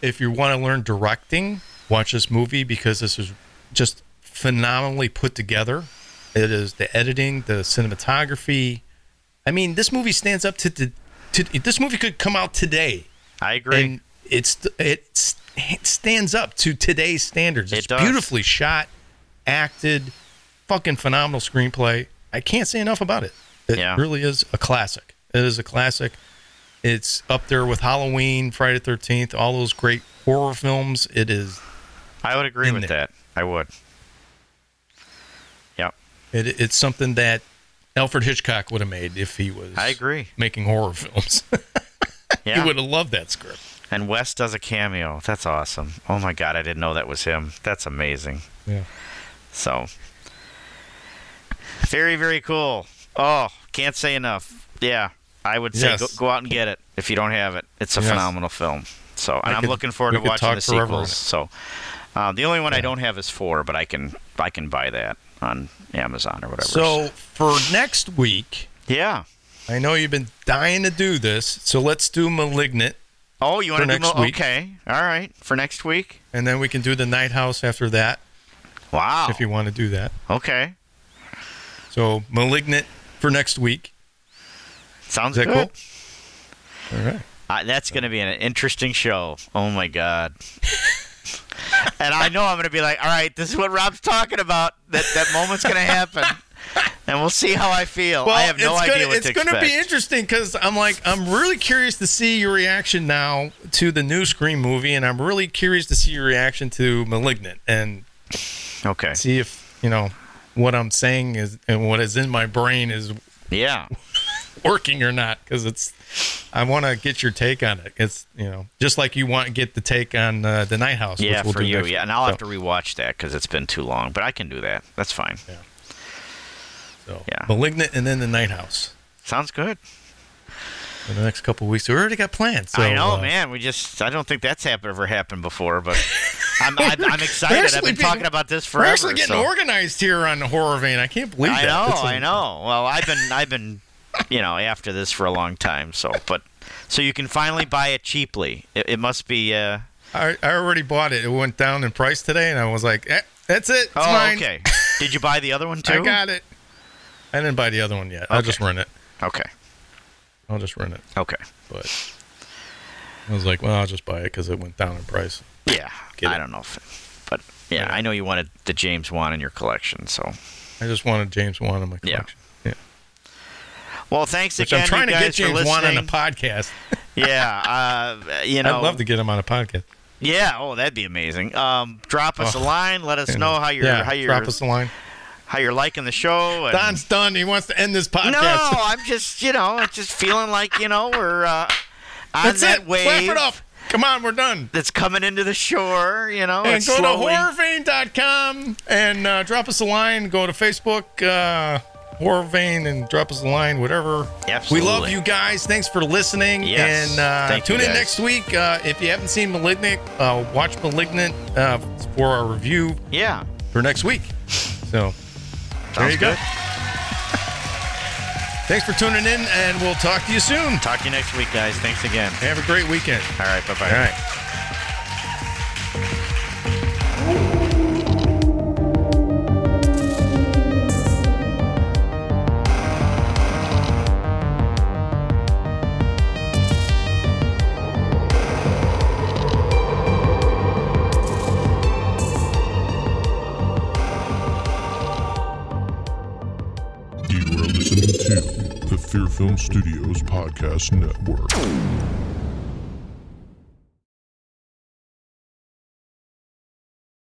If you want to learn directing, watch this movie because this is just phenomenally put together. It is the editing, the cinematography. I mean, this movie stands up to, to, to this movie could come out today
I agree.
and it's it, s- it stands up to today's standards.
It
It's
does.
beautifully shot, acted, fucking phenomenal screenplay. I can't say enough about it. It
Yeah.
really is a classic. It is a classic. It's up there with Halloween, Friday the 13th, all those great horror films. It is
I would agree
In
with
there.
that. I would. Yep.
It, it's something that Alfred Hitchcock would have made if he was.
I agree.
Making horror films,
Yeah.
he would have loved that script.
And Wes does a cameo. That's awesome. Oh my god, I didn't know that was him. That's amazing.
Yeah.
So very, very cool. Oh, can't say enough. Yeah. I would say
Yes.
go, go out and get it if you don't have it. It's a
Yes.
phenomenal film. So and
I
I'm
could-
looking forward to
we could
watching
talk
the
forever on
sequels.
it.
So uh, the only one I don't have is four, but I can I can buy that on Amazon or whatever.
So for next week,
yeah.
I know you've been dying to do this, so let's do *Malignant*,
Oh, you want to do
next
mo-
week.
okay? All right, for next week.
and then we can do *The Night House* after that,
Wow.
if you want to do that.
okay.
So *Malignant* for next week.
Sounds
Is that
good.
cool? All right.
I, that's going to be an interesting show. Oh my god. and I know I'm going to be like, all right, this is what Rob's talking about. That that moment's going to happen, and we'll see how I feel. I have no
it's
idea
gonna,
what
it's
to
gonna
expect.
be interesting because I'm like, I'm really curious to see your reaction now to the new Scream movie, and I'm really curious to see your reaction to *Malignant* and
okay.
see if you know what I'm saying is and what is in my brain is
Yeah.
working or not because it's. I want to get your take on it. It's you know just like you want to get the take on uh, the Night House.
Yeah,
which we'll
for
do
you.
next
Yeah,
week.
and I'll have
So-
to rewatch that because it's been too long. But I can do that. That's fine.
So,
yeah.
Malignant and then the Night House
Sounds good.
in the next couple of weeks. We already got plans. So,
I know,
uh,
man. We just—I don't think that's hap- ever happened before, but I'm, I'm, I'm
We're
excited. I've
actually
been
being-
talking about this
We're
forever.
actually getting
so-
organized here on the horror vein. I can't believe
I
that.
know,
That's a-
I know. Well, I've been, I've been, you know, after this for a long time. So, but so you can finally buy it cheaply. It, it must be. Uh,
I, I already bought it. It went down in price today, and I was like, eh, "That's it. It's
oh,
mine.
okay. Did you buy the other one too?
I got it." I didn't buy the other one yet. I'll
Okay.
just rent it.
Okay.
I'll just rent it.
Okay.
but I was like, well, I'll just buy it because it went down in price.
Yeah.
Get
I
it.
don't know if, but yeah, I know you wanted the James Wan in your collection. So,
I just wanted James Wan in my
Yeah.
collection. Yeah,
well, thanks
which
again,
I'm trying
you
to
guys,
get James
for
Wan on
listening.
the podcast.
yeah. Uh, you know,
I'd love to get him on a podcast.
Yeah, oh, that'd be amazing. Um, drop us a line. Let us
And-
know how you're
Oh. yeah,
how you're
drop us a line.
how you're liking the show. and-
Don's done. He wants to end this podcast.
no, I'm just you know, I'm just feeling like you know we're uh, on
that's
that
it. Laugh
wave
it off. Come on, we're done.
that's coming into the shore. You know,
And
Oh, it's
go
slowly-
to horrorvein.com and uh, drop us a line. Go to Facebook, uh, Horror Vein, and drop us a line, whatever.
Absolutely.
We love you guys. Thanks for listening.
Yes.
And uh,
Thank you,
tune in
guys.
next week. Uh, if you haven't seen Malignant, uh, watch Malignant uh, for our review
Yeah,
for next week. So there
Sounds
you go.
good.
Thanks for tuning in, and we'll talk to you soon.
Talk to you next week, guys. Thanks again.
Have a great weekend.
All right, bye bye.
All right.
You are listening to the Fear Film Studios Podcast Network.